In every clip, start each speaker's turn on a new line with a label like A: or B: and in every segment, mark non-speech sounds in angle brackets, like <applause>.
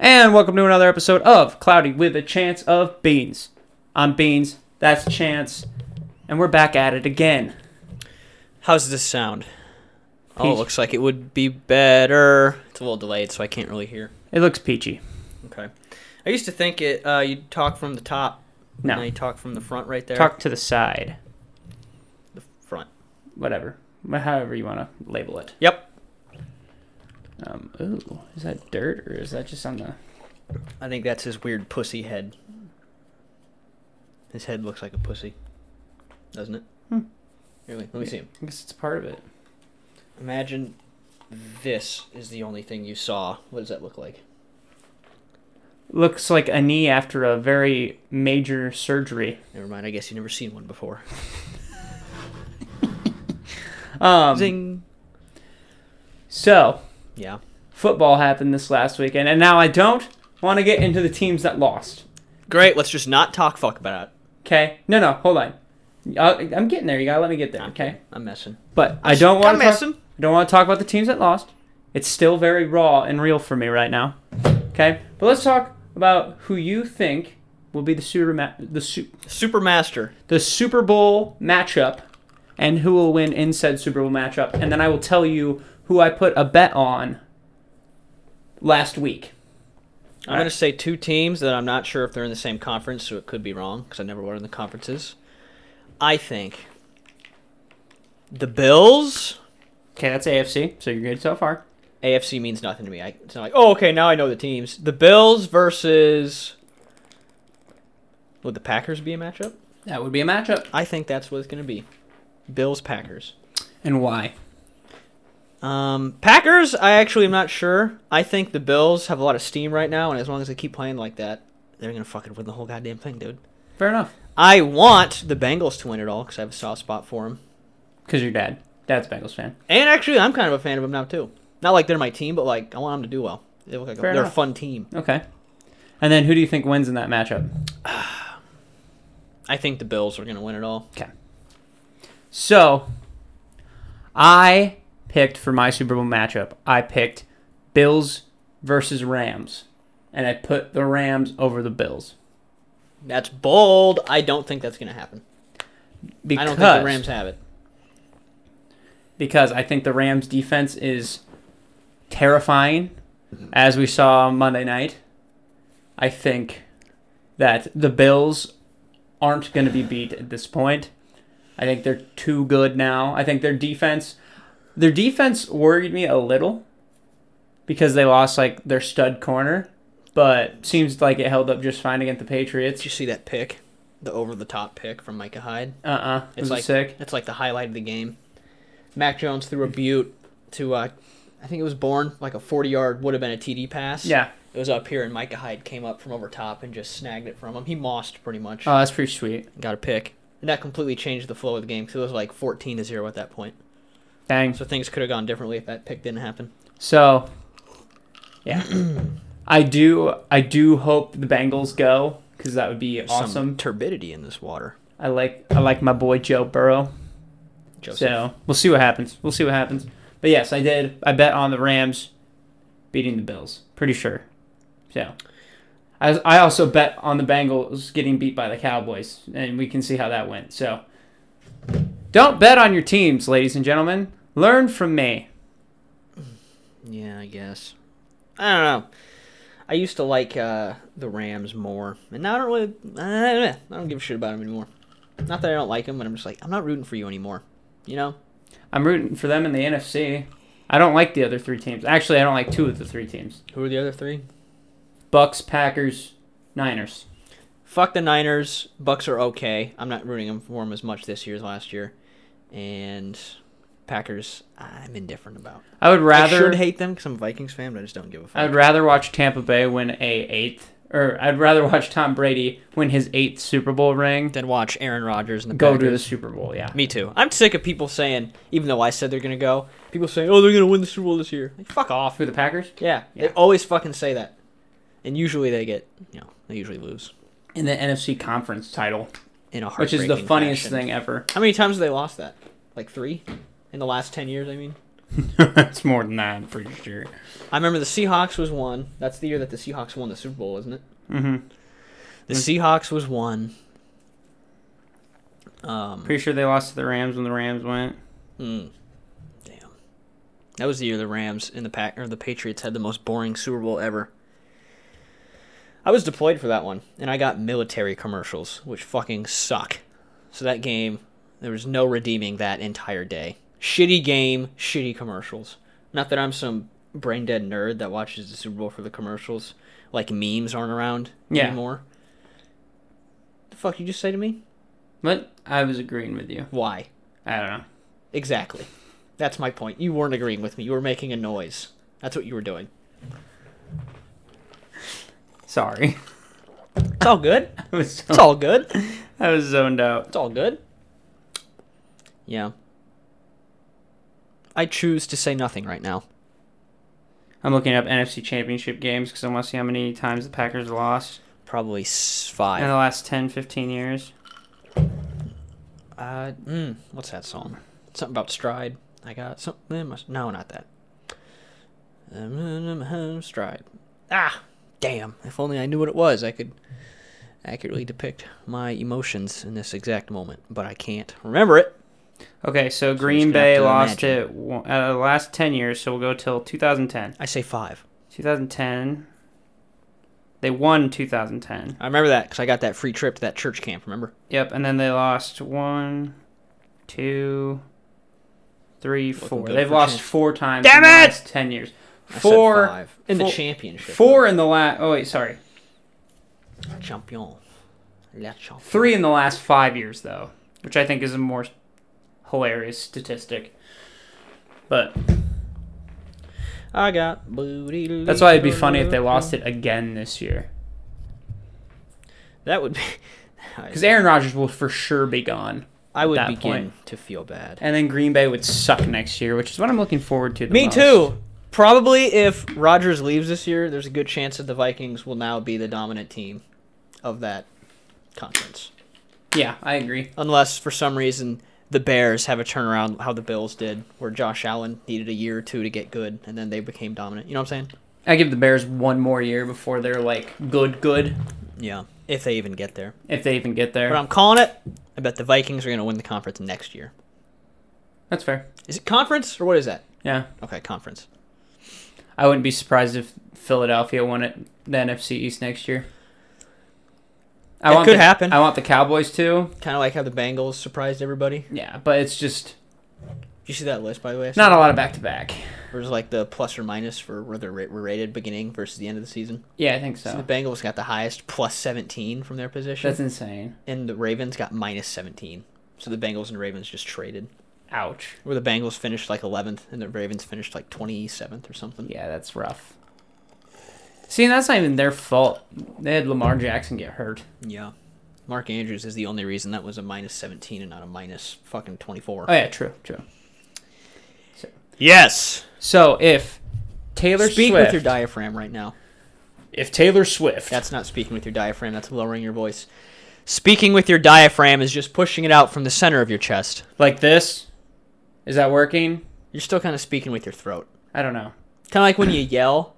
A: And welcome to another episode of Cloudy with a Chance of Beans. I'm Beans, that's Chance, and we're back at it again.
B: How's this sound? Oh, it
A: Peach.
B: looks like it would be better. It's a little delayed, so I can't really hear.
A: It looks peachy.
B: Okay. I used to think it. Uh, you talk from the top.
A: No.
B: Now you talk from the front right there.
A: Talk to the side,
B: the front.
A: whatever, however you want to label it.
B: Yep.
A: Um, ooh, is that dirt or is that just on the?
B: I think that's his weird pussy head. His head looks like a pussy, doesn't it?
A: Hmm.
B: Here, wait, let me see him.
A: I guess it's part of it.
B: Imagine this is the only thing you saw. What does that look like?
A: Looks like a knee after a very major surgery.
B: Never mind. I guess you've never seen one before.
A: Um,
B: Zing.
A: so
B: Yeah.
A: football happened this last weekend, and now I don't want to get into the teams that lost.
B: Great. Let's just not talk fuck about it.
A: Okay. No, no, hold on. I, I'm getting there. You gotta let me get there.
B: I'm
A: Okay.
B: kidding. I'm messing.
A: But I don't want
B: I'm
A: to. Talk,
B: messing.
A: I don't want to talk about the teams that lost. It's still very raw and real for me right now. Okay. But let's talk about who you think will be the super ma- the su-
B: Supermaster.
A: the Super Bowl matchup, and who will win in said Super Bowl matchup, and then I will tell you who I put a bet on last week.
B: I'm going to say two teams that I'm not sure if they're in the same conference, so it could be wrong because I never were in the conferences. I think the Bills.
A: Okay, that's AFC, so you're good so far.
B: AFC means nothing to me. I, it's not like oh okay now I know the teams. The Bills versus. Would the Packers be a matchup?
A: That would be a matchup.
B: I think that's what it's going to be. Bills Packers.
A: And why?
B: Um, Packers, I actually am not sure. I think the Bills have a lot of steam right now, and as long as they keep playing like that, they're gonna fucking win the whole goddamn thing, dude.
A: Fair enough.
B: I want the Bengals to win it all because I have a soft spot for them,
A: Because your dad. Dad's a Bengals fan.
B: and actually, I'm kind of a fan of them now too. Not like they're my team, but like I want them to do well. They look like a,
A: Fair
B: they're a
A: enough.
B: fun team.
A: Okay. And then who do you think wins in that matchup?
B: I think the Bills are gonna win it all.
A: Okay. So, I picked for my Super Bowl matchup, I picked Bills versus Rams. And I put the Rams over the Bills.
B: That's bold. I don't think that's gonna happen.
A: Because,
B: I don't think the Rams have it.
A: Because I think the Rams defense is terrifying, as we saw Monday night. I think that the Bills aren't going to be beat at this point. I think they're too good now. I think their defense, their defense worried me a little because they lost like their stud corner, but seems like it held up just fine against the Patriots.
B: Did you see that pick? The over the top pick from Micah Hyde.
A: Uh uh
B: It's
A: was
B: like
A: it sick?
B: It's like the highlight of the game. Mac Jones threw a butte to, uh, I think it was Bourne, like a 40 yard would have been a TD pass.
A: Yeah.
B: It was up here, and Micah Hyde came up from over top and just snagged it from him. He mossed pretty much.
A: Oh, that's pretty sweet.
B: got a pick. And that completely changed the flow of the game because it was like 14 to 0 at that point.
A: Dang.
B: So things could have gone differently if that pick didn't happen.
A: So,
B: <clears throat>
A: yeah, I do. I do hope the Bengals go because that would be
B: Some
A: awesome.
B: turbidity in this water.
A: I like. I like my boy Joe Burrow.
B: Joseph.
A: So we'll see what happens. We'll see what happens. But yes, I did. I bet on the Rams beating the Bills. Pretty sure. So. I, I also bet on the Bengals getting beat by the Cowboys, and we can see how that went. So, don't bet on your teams, ladies and gentlemen. Learn from me.
B: Yeah, I guess. I don't know. I used to like uh, the Rams more, and now I don't really. I don't, know. I don't give a shit about them anymore. Not that I don't like them, but I'm just like I'm not rooting for you anymore. You know?
A: I'm rooting for them in the NFC. I don't like the other three teams. Actually, I don't like two of the three teams:
B: Who are the other three?
A: Bucks, Packers, Niners.
B: Fuck the Niners. Bucks are okay. I'm not rooting them for them as much this year as last year, and Packers. I'm indifferent about.
A: I would
B: I
A: rather
B: should hate them because I'm a Vikings fan, but I just don't give a
A: I
B: fuck.
A: would rather watch Tampa Bay win a eighth, or I'd rather watch Tom Brady win his eighth Super Bowl ring.
B: then watch Aaron Rodgers and the
A: Go
B: Packers.
A: to the Super Bowl, yeah.
B: Me too. I'm sick of people saying, even though I said they're gonna go, people saying, "Oh, they're gonna win the Super Bowl this year." Like, fuck off.
A: Who the Packers?
B: Yeah,
A: Yeah.
B: they always fucking say that, and usually they get, you know, they usually lose
A: In the NFC Conference title,
B: in a
A: which
B: heartbreaking.
A: is the funniest
B: fashion.
A: thing ever.
B: How many times have they lost that? Like three, in the last ten years. I mean,
A: <laughs> it's more than that, I'm pretty sure.
B: I remember the Seahawks was one. That's the year that the Seahawks won the Super Bowl, isn't it?
A: Mm-hmm.
B: The Seahawks was one. Um,
A: Pretty sure they lost to the Rams when the Rams went.
B: mm. damn, that was the year the Rams and the Pack or the Patriots had the most boring Super Bowl ever. I was deployed for that one, and I got military commercials, which fucking suck. So that game, there was no redeeming that entire day. Shitty game, shitty commercials. Not that I'm some brain dead nerd that watches the Super Bowl for the commercials. Like memes aren't around
A: Yeah.
B: anymore. The fuck you just say to me?
A: But I was agreeing with you.
B: Why?
A: I don't know.
B: Exactly. That's my point. You weren't agreeing with me. You were making a noise. That's what you were doing.
A: Sorry. <laughs>
B: It's all good.
A: I was so-
B: It's all good.
A: I was zoned out.
B: It's all good. Yeah. I choose to say nothing right now.
A: I'm looking up NFC Championship games because I want to see how many times the Packers lost
B: Probably s-
A: in the
B: five.
A: last 10, 15 years.
B: Uh, mm, what's that song? Something about stride. I got something. No, not that. Um, Stride. Ah, damn! If only I knew what it was, I could accurately depict my emotions in this exact moment. But I can't remember it.
A: Okay, so
B: gonna
A: Green Bay
B: have to
A: lost
B: imagine.
A: it one- uh, the last 10 years, so we'll go till 2010.
B: I say five.
A: 2010. They won 2010.
B: I remember that because I got that free trip to that church camp. Remember?
A: Yep, and then they lost one, two, three, four.
B: good
A: They've
B: for
A: lost
B: chance.
A: four times
B: Damn
A: in the
B: it!
A: last ten years.
B: I said
A: Four,
B: five. in the
A: four-
B: championship.
A: four in the last. Oh wait, sorry,
B: champion. La champion.
A: three in the last five years though, which I think is a more hilarious statistic. But
B: I got booty.
A: that's why it'd be funny if they lost it again this year,
B: That would be. <laughs>
A: because Aaron Rodgers will for sure be gone,
B: I would
A: that
B: begin
A: point.
B: to feel bad.
A: and then Green Bay would suck next year, which is what I'm looking forward to. The
B: Me
A: most.
B: too. Probably if Rodgers leaves this year, there's a good chance that the Vikings will now be the dominant team of that conference.
A: Yeah, I agree.
B: Unless for some reason the Bears have a turnaround how the Bills did, where Josh Allen needed a year or two to get good and then they became dominant. You know what I'm saying?
A: I give the Bears one more year before they're like good, good,
B: Yeah. If they even get there.
A: if they even get there.
B: But I'm calling it. I bet the Vikings are going to win the conference next year.
A: That's fair.
B: Is it conference or what is that?
A: Yeah.
B: Okay, conference.
A: I wouldn't be surprised if Philadelphia won it the NFC East next year. I
B: It could
A: the,
B: happen.
A: I want the Cowboys too.
B: Kind of like how the Bengals surprised everybody. Did
A: Yeah, but it's just
B: you see that list, by the way? I
A: not a lot of back to back.
B: There's like the plus or minus for where they're ra- were rated beginning versus the end of the season.
A: Yeah, I think
B: So the
A: so.
B: Bengals got the highest plus 17 from their position,
A: That's insane.
B: and the Ravens got minus 17. So the Bengals and Ravens just traded.
A: Ouch.
B: Where the Bengals finished like 11th, and the Ravens finished like 27th or something.
A: Yeah, that's rough. See, and that's not even their fault. They had Lamar Jackson get hurt.
B: Yeah. Mark Andrews is the only reason that was a minus 17 and not a minus fucking 24.
A: Oh yeah, true, true.
B: Yes.
A: So if Taylor
B: Speak
A: Swift,
B: with your diaphragm right now.
A: if Taylor Swift,
B: That's not speaking with your diaphragm. That's lowering your voice. Speaking with your diaphragm is just pushing it out from the center of your chest.
A: like this, is that working?
B: You're still kind of speaking with your throat.
A: I don't know.
B: Kind of
A: <clears throat>
B: like when you yell,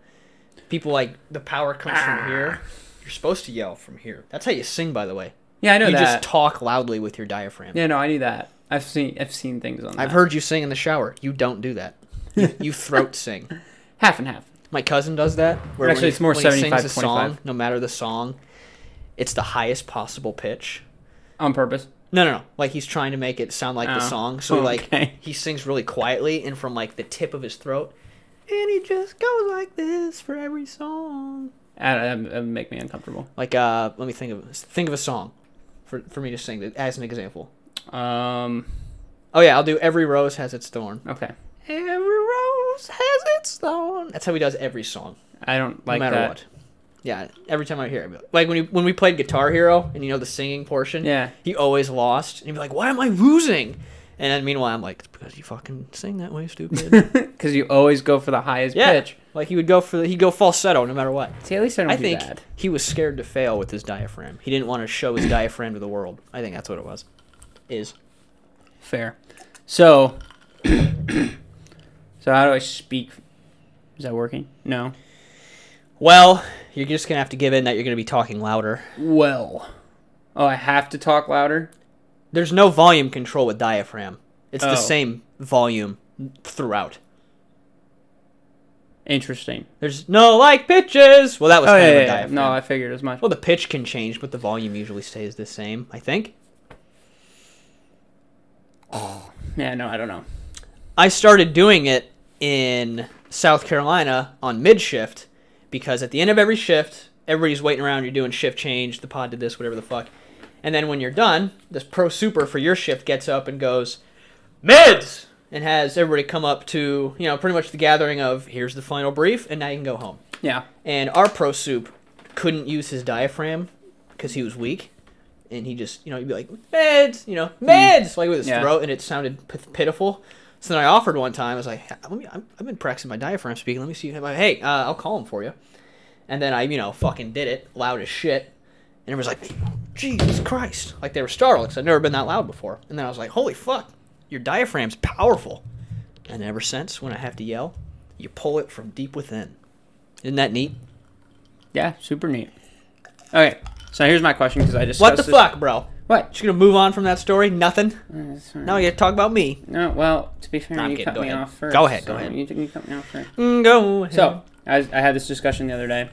B: people like the power comes
A: Ah.
B: from here. You're supposed to yell from here. That's how you sing, by the way.
A: Yeah, I know
B: You
A: that.
B: just talk loudly with your diaphragm.
A: yeah, no, I knew that. I've seen I've seen things on. that.
B: I've heard you sing in the shower. You don't do that. You,
A: <laughs>
B: you throat sing.
A: half and half.
B: My cousin does that. Where
A: Actually,
B: when
A: it's more
B: when he sings a
A: 75,
B: song,
A: 25.
B: No matter the song, it's the highest possible pitch.
A: On purpose.
B: No, no, no. Like he's trying to make it sound like the
A: Oh,
B: song. So like
A: okay.
B: he sings really quietly and from like the tip of his throat, and he just goes like this for every song.
A: I don't- That would make me uncomfortable.
B: Like uh, let me think of think of a song for for me to sing that- as an example.
A: Um.
B: Oh yeah, I'll do every rose has its thorn.
A: Okay.
B: Every rose has its thorn. That's how he does every song,
A: I don't
B: no
A: like
B: matter
A: that.
B: what. Yeah, every time I hear it, like when you, when we played Guitar Hero and you know the singing portion.
A: Yeah.
B: he always lost. And he'd be like, why am I losing? And then meanwhile, I'm like, it's because you fucking sing that
A: <laughs>
B: way, stupid.
A: Because you always go for the highest
B: yeah.
A: pitch.
B: Like he would go for the, he'd go falsetto no matter what.
A: See, at least I don't
B: I
A: do
B: think
A: that.
B: he was scared to fail with his diaphragm. He didn't want to show his diaphragm to the world. I think that's what it was. Is
A: Fair. <coughs> So, So how do I speak? Is that working? No.
B: Well, you're just gonna have to give in that you're gonna be talking louder.
A: Well. Oh, I have to talk louder.
B: There's no volume control with diaphragm. It's
A: Oh.
B: the same volume throughout.
A: Interesting.
B: There's no like pitches. Well, that was
A: Oh
B: kind
A: yeah,
B: of
A: yeah,
B: a
A: yeah.
B: diaphragm.
A: No, I figured as much.
B: Well, the pitch can change, but the volume usually stays the same. I think.
A: Yeah. No, I don't know.
B: I started doing it in South Carolina on mid shift because at the end of every shift, everybody's waiting around. You're doing shift change. The pod did this, whatever the fuck. And then when you're done, this pro super for your shift gets up and goes, mids, and has everybody come up to you know pretty much the gathering of here's the final brief, and now you can go home.
A: Yeah.
B: And our pro soup couldn't use his diaphragm because he was weak. And he just, you know, he'd be like, meds, you know, meds, like with his
A: Yeah.
B: throat, and it sounded p- pitiful. So then I offered one time, I was like, let me, I'm, I've been practicing my diaphragm speaking. Let me see if I, hey, uh, I'll call him for you. And then I, you know, fucking did it loud as shit. And everyone's like, Jesus Christ. Like they were startled because I'd never been that loud before. And then I was like, holy fuck, your diaphragm's powerful. And ever since, when I have to yell, you pull it from deep within. Isn't that neat?
A: Yeah. Super neat. Okay. So here's my question because I just
B: What the fuck, bro?
A: What?
B: Just gonna move on from that story? Nothing? Now you gotta talk about me.
A: No, well, to be fair,
B: No, I'm
A: you
B: kidding.
A: cut
B: Go
A: me
B: ahead.
A: off first.
B: Go ahead, go
A: so
B: ahead.
A: You didn't cut me off first.
B: Mm, Go ahead.
A: So I, was, I had this discussion the other day,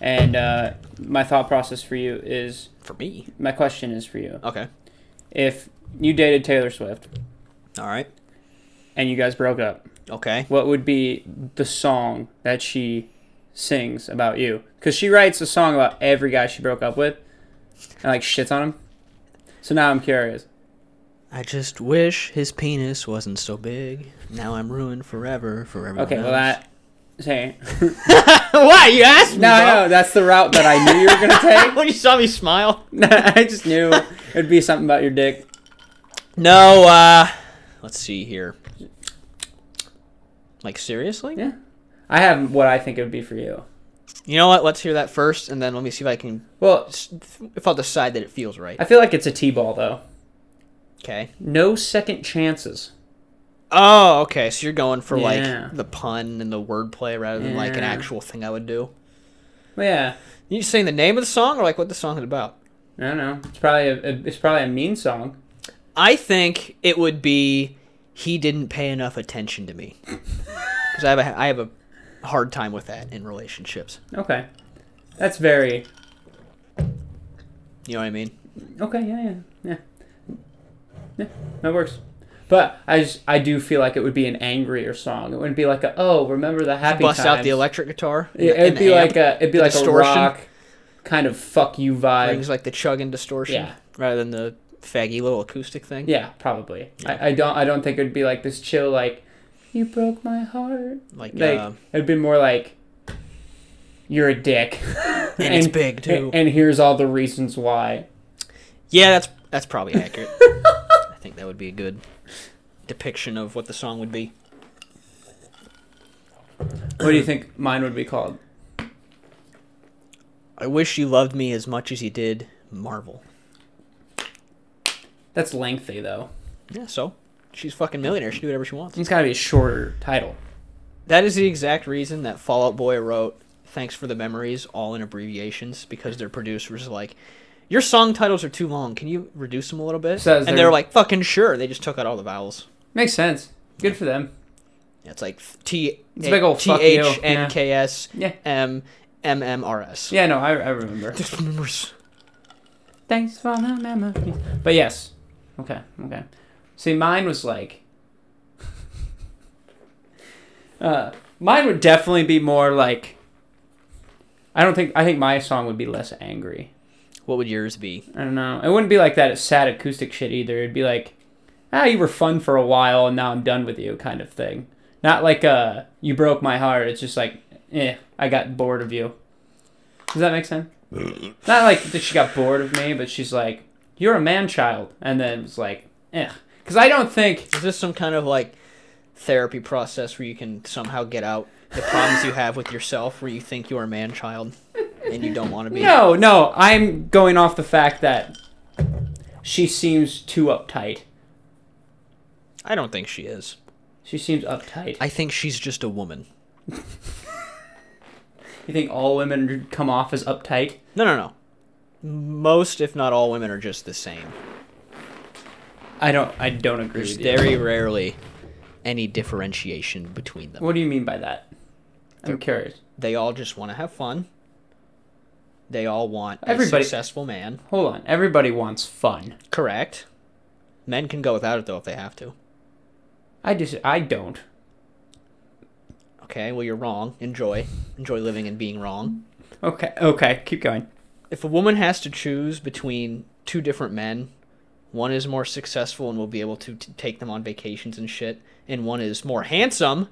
A: and uh, my thought process for you is
B: For me.
A: my question is for you.
B: Okay.
A: If you dated Taylor Swift
B: Alright.
A: and you guys broke up,
B: Okay.
A: what would be the song that she sings about you? Because she writes a song about every guy she broke up with, and like shits on him. So now I'm curious.
B: I just wish his penis wasn't so big. Now I'm ruined forever for everyone
A: Okay, well
B: else.
A: that. Say,
B: <laughs> Why? You asked me,
A: <laughs> no,
B: bro. <laughs>
A: no, that's the route that I knew you were gonna <laughs> take.
B: when you saw me smile.
A: I just knew it'd be something about your dick.
B: No, uh... Let's see here. Like, seriously?
A: Yeah. I have what I think it would be for you.
B: You know what? Let's hear that first, and then let me see if I can...
A: Well,
B: If I'll decide that it feels right.
A: I feel like it's a T-ball though.
B: Okay.
A: No second chances.
B: Oh, okay. So you're going for
A: Yeah.
B: like the pun and the wordplay rather than like an
A: Yeah.
B: actual thing I would do.
A: Well, yeah.
B: You saying the name of the song or like what the song is about?
A: I don't know. It's probably a, a- it's probably a mean song.
B: I think it would be he didn't pay enough attention
A: <laughs>
B: to me because I have a I have a hard time with that in relationships.
A: Okay. That's very
B: You know what I mean?
A: okay. Yeah, yeah, yeah. Yeah, that works. But I just I do feel like it would be an angrier song. It wouldn't be like a oh remember the happy
B: Bust out
A: times."
B: the electric guitar.
A: It,
B: and
A: it'd
B: the
A: be
B: amp.
A: like a it'd be
B: the
A: like
B: distortion.
A: a rock kind of fuck you vibe.
B: brings like the chug and distortion
A: Yeah.
B: rather than the faggy little acoustic thing.
A: Yeah, probably. I, I don't I don't think it'd be like this chill like you broke my heart.
B: Like,
A: Like
B: uh,
A: it'd be more like you're a dick.
B: and it's big too.
A: <laughs> And, and here's all the reasons why.
B: Yeah, that's that's
A: <laughs>
B: probably accurate. I think that would be a good depiction of what the song would be.
A: What do you think mine would be called?
B: I wish you loved me as much as you did Marvel.
A: That's lengthy though.
B: Yeah, so she's fucking millionaire. She can do whatever she wants.
A: It's got to be a shorter title.
B: That is the exact reason that Fallout Boy wrote "Thanks for the Memories" all in abbreviations because their producers are like, "Your song titles are too long. Can you reduce them a little bit?"
A: So is
B: and
A: there-
B: they're like, "Fucking sure." They just took out all the vowels.
A: Makes sense. Good for them.
B: Yeah, It's like T
A: It's a big old
B: T
A: fuck you,
B: H N K S
A: Yeah.
B: M M M R S.
A: Yeah, no, I, I remember.
B: <laughs> Just memories.
A: Thanks for the memories. But yes. Okay, okay. See, mine was like. <laughs> uh, mine would definitely be more like. I don't think. I think my song would be less angry.
B: What would yours be?
A: I don't know. It wouldn't be like that sad acoustic shit either. It'd be like, ah, you were fun for a while and now I'm done with you kind of thing. Not like, uh, you broke my heart. It's just like, eh, I got bored of you. Does that make sense? Not like that she got bored of me, but she's like, you're a man child. And then it's like, eh. Because I don't think,
B: Is this some kind of like therapy process where you can somehow get out the problems you have with yourself where you think you're a man child and you don't want to be?
A: no, no, I'm going off the fact that she seems too uptight.
B: I don't think she is.
A: She seems uptight.
B: I think she's just a woman.
A: You think all women come off as uptight?
B: No, no, no. Most, if not all, women are just the same.
A: I don't. I don't agree
B: There's
A: with you.
B: very rarely any differentiation between them.
A: What do you mean by that? I'm curious.
B: They all just want to have fun. They all want a
A: Everybody-
B: successful man.
A: Hold on. Everybody wants fun.
B: Correct. Men can go without it though if they have to.
A: I just. I don't.
B: Okay, well you're wrong. Enjoy. Enjoy living and being wrong.
A: Okay. Okay. Keep going.
B: If a woman has to choose between two different men, one is more successful and will be able to t- take them on vacations and shit, and one is more handsome,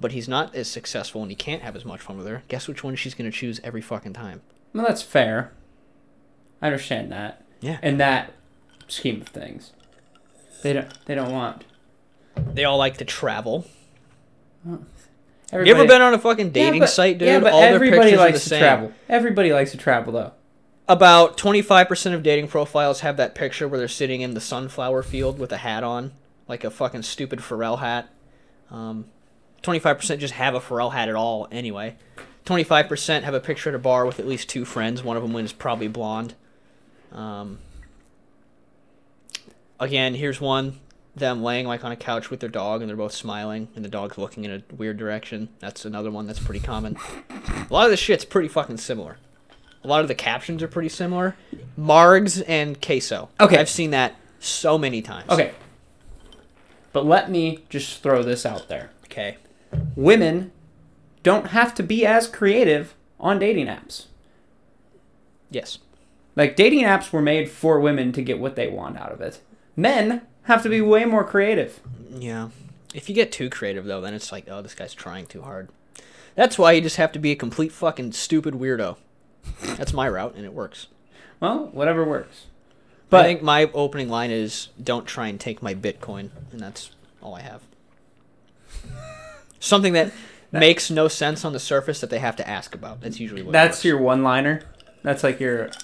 B: but he's not as successful and he can't have as much fun with her. Guess which one she's gonna choose every fucking time?
A: Well, that's fair. I understand that.
B: Yeah.
A: In that scheme of things, they don't. They don't want.
B: They all like to travel.
A: Everybody,
B: You ever been on a fucking dating
A: yeah, but,
B: site, dude?
A: Yeah, but
B: all their
A: everybody
B: pictures
A: likes
B: are the
A: to
B: same.
A: travel. Everybody likes to travel, though.
B: About 25% of dating profiles have that picture where they're sitting in the sunflower field with a hat on, like a fucking stupid Pharrell hat. Um, 25% just have a Pharrell hat at all, anyway. 25% have a picture at a bar with at least two friends. One of them is probably blonde. Um, again, here's one them laying like on a couch with their dog and they're both smiling and the dog's looking in a weird direction. That's another one that's pretty common. A lot of this shit's pretty fucking similar. A lot of the captions are pretty similar. Margs and queso.
A: Okay.
B: I've seen that so many times.
A: Okay. But let me just throw this out there.
B: Okay.
A: Women don't have to be as creative on dating apps.
B: Yes.
A: Like dating apps were made for women to get what they want out of it. Men have to be way more creative.
B: Yeah. If you get too creative though, then it's like, oh, this guy's trying too hard. That's why you just have to be a complete fucking stupid weirdo. That's my route, and it works.
A: Well, whatever works.
B: But
A: But
B: I think my opening line is, "Don't try and take my Bitcoin," and that's all I have. Something that, makes no sense on the surface that they have to ask about. That's usually what.
A: that's
B: it
A: your one-liner. That's like your
B: works.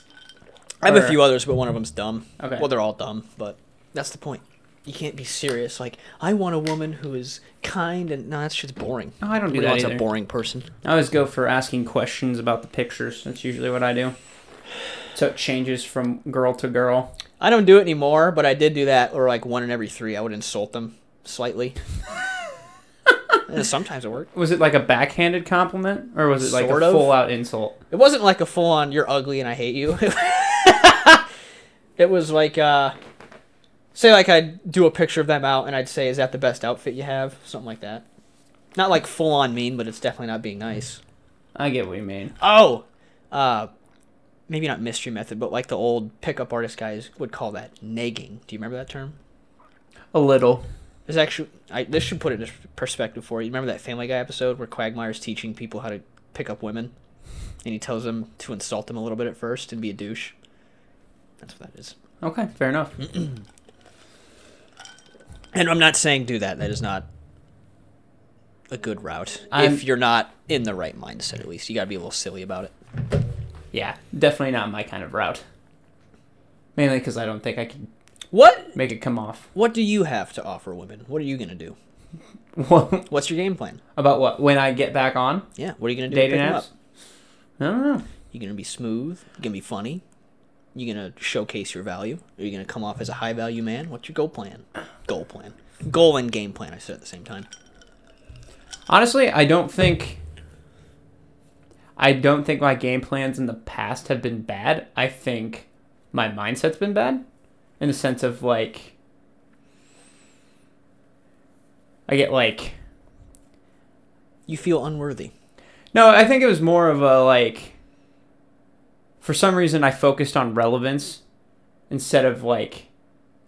B: I have a
A: or-
B: few others, but one of them's dumb.
A: Okay.
B: Well, they're all dumb, but that's the point. You can't be serious. Like, I want a woman who is kind and no, that shit's boring.
A: Oh, I don't do
B: Nobody
A: that
B: wants
A: either.
B: a boring person.
A: I always go for asking questions about the pictures. That's usually what I do. So it changes from girl to girl.
B: I don't do it anymore, but I did do that, or like one in every three. I would insult them <laughs> slightly. and sometimes it worked.
A: Was it like a backhanded compliment or was it like
B: Sort
A: a
B: of.
A: full-out insult?
B: It wasn't like a full on "you're ugly and I hate you." <laughs> it was like, uh, say, like I'd do a picture of them out, and I'd say, "Is that the best outfit you have?" Something like that. Not like full on mean, but it's definitely not being nice.
A: I get what you mean.
B: Oh, uh, maybe not mystery method, but like the old pickup artist guys would call that nagging. Do you remember that term?
A: A little.
B: There's actually, I, this should put it in perspective for you. Remember that Family Guy episode where Quagmire's teaching people how to pick up women, and he tells them to insult them a little bit at first and be a douche. That's what that is.
A: Okay, fair enough.
B: Hmm? And I'm not saying do that. That is not a good route.
A: I'm-
B: if you're not in the right mindset, at least you got to be a little silly about it.
A: Yeah, definitely not my kind of route. Mainly because I don't think I can
B: What
A: make it come off. <laughs>
B: What do you have to offer women? What are you gonna do?
A: About
B: What's your game plan?
A: what? When I get back on
B: Yeah, what are you gonna do? to
A: dating
B: pick 'em
A: apps? I don't know.
B: You gonna be smooth? You gonna be funny? You gonna showcase your value? Are you gonna come off as a high value man? What's your goal plan? Goal plan. Goal and game plan. I said at the same time.
A: Honestly, I don't think. I don't think my game plans in the past have been bad. I think my mindset's been bad, in the sense of like. I get like
B: You feel unworthy.
A: No, I think it was more of a like. For some reason, I focused on relevance instead of like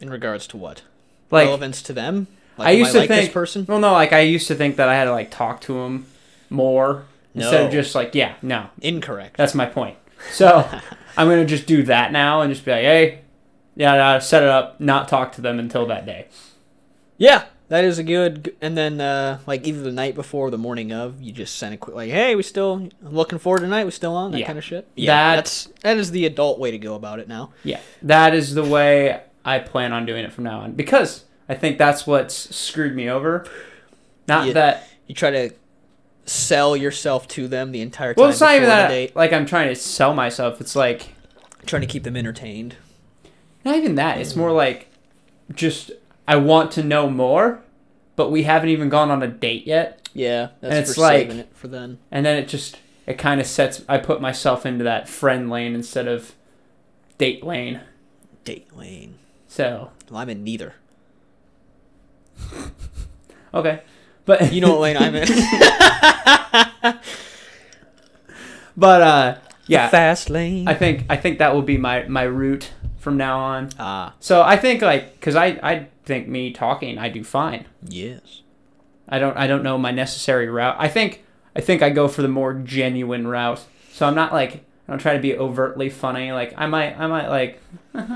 B: In regards to what?
A: like.
B: Relevance to them? Like,
A: I
B: am
A: used to
B: like
A: think
B: this person.
A: Well, no, like I used to think that I had to like talk to him more instead
B: No.
A: of just like yeah, no,
B: Incorrect.
A: that's my point.
B: <laughs>
A: So I'm gonna just do that now and just be like, hey, yeah, nah, set it up, not talk to them until that day.
B: Yeah, that is a good. And then uh, like either the night before or the morning of, you just send a quick like, "Hey, we still I'm looking forward tonight. We still on that
A: Yeah.
B: kind of shit."
A: That-
B: that's that is the adult way to go about it now.
A: Yeah, that is the way I plan on doing it from now on because I think that's what's screwed me over Not
B: Yeah.
A: that.
B: You try to sell yourself to them the entire time.
A: Well, it's not even
B: before the
A: that.
B: date,
A: Like I'm trying to sell myself. It's like
B: trying to keep them entertained.
A: not even that. It's more like just I want to know more, but we haven't even gone on a date yet.
B: Yeah, that's
A: And it's
B: for
A: like-
B: saving it for then.
A: And then it just it kind of sets. I put myself into that friend lane instead of date lane.
B: Date lane.
A: So
B: Well, I'm in neither.
A: okay, but <laughs>
B: You know what lane I'm in?
A: but uh, yeah,
B: <laughs> fast lane.
A: I think I think that will be my my route from now on.
B: ah,
A: So I think like because I I think me talking I do fine.
B: yes.
A: I don't I don't know my necessary route. I think I think I go for the more genuine route. So I'm not like I don't try to be overtly funny. Like I might I might like, <laughs> but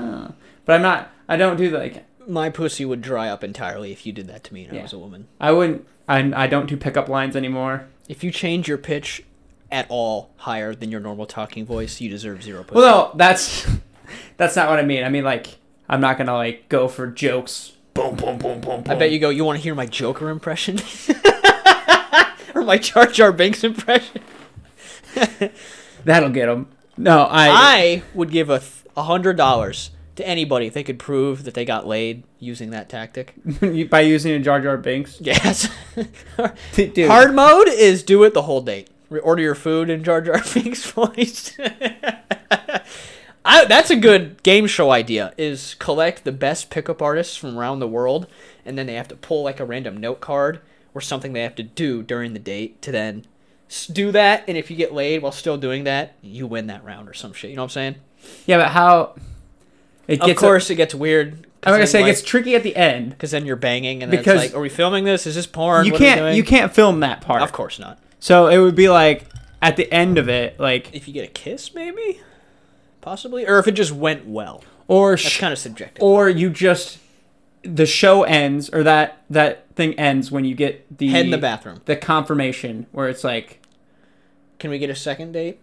A: I'm not. I don't do like
B: My pussy would dry up entirely if you did that to me and
A: Yeah.
B: I was a woman.
A: I wouldn't. I'm, I don't do pickup lines anymore.
B: If you change your pitch at all higher than your normal talking voice, you deserve zero pussy.
A: Well, no, that's <laughs> that's not what I mean. I mean like I'm not gonna like go for jokes. Boom, boom, boom, boom, boom.
B: I bet you go, you want to hear my Joker impression? <laughs> or my Jar Jar Binks impression?
A: that'll get them. No, <laughs> I,
B: I would give a th- a hundred dollars to anybody if they could prove that they got laid using that tactic.
A: by using a Jar Jar Binks.
B: Yes.
A: <laughs> Dude.
B: Hard mode is do it the whole date. Re- Order your food in Jar <laughs> Jar Binks voice. <laughs> I, that's a good game show idea. Is collect the best pickup artists from around the world, and then they have to pull like a random note card or something they have to do during the date to then s- do that. And if you get laid while still doing that, you win that round or some shit. You know what I'm saying?
A: Yeah, but how? It
B: Of
A: gets
B: course, it gets weird.
A: I'm gonna say it
B: <laughs>
A: gets tricky at the end.
B: because then you're banging, and
A: Because-
B: then it's like, are we filming this? Is this porn?
A: You
B: What are we
A: can't
B: doing?"
A: you can't film that part.
B: Of course not.
A: So it would be like at the end of it, like
B: if you get a kiss, maybe, possibly, or if it just went well.
A: or
B: That's
A: sh-
B: kind of subjective.
A: or you just the show ends or that that thing ends when you get the
B: Head in the bathroom.
A: the confirmation where it's like
B: Can we get a second date?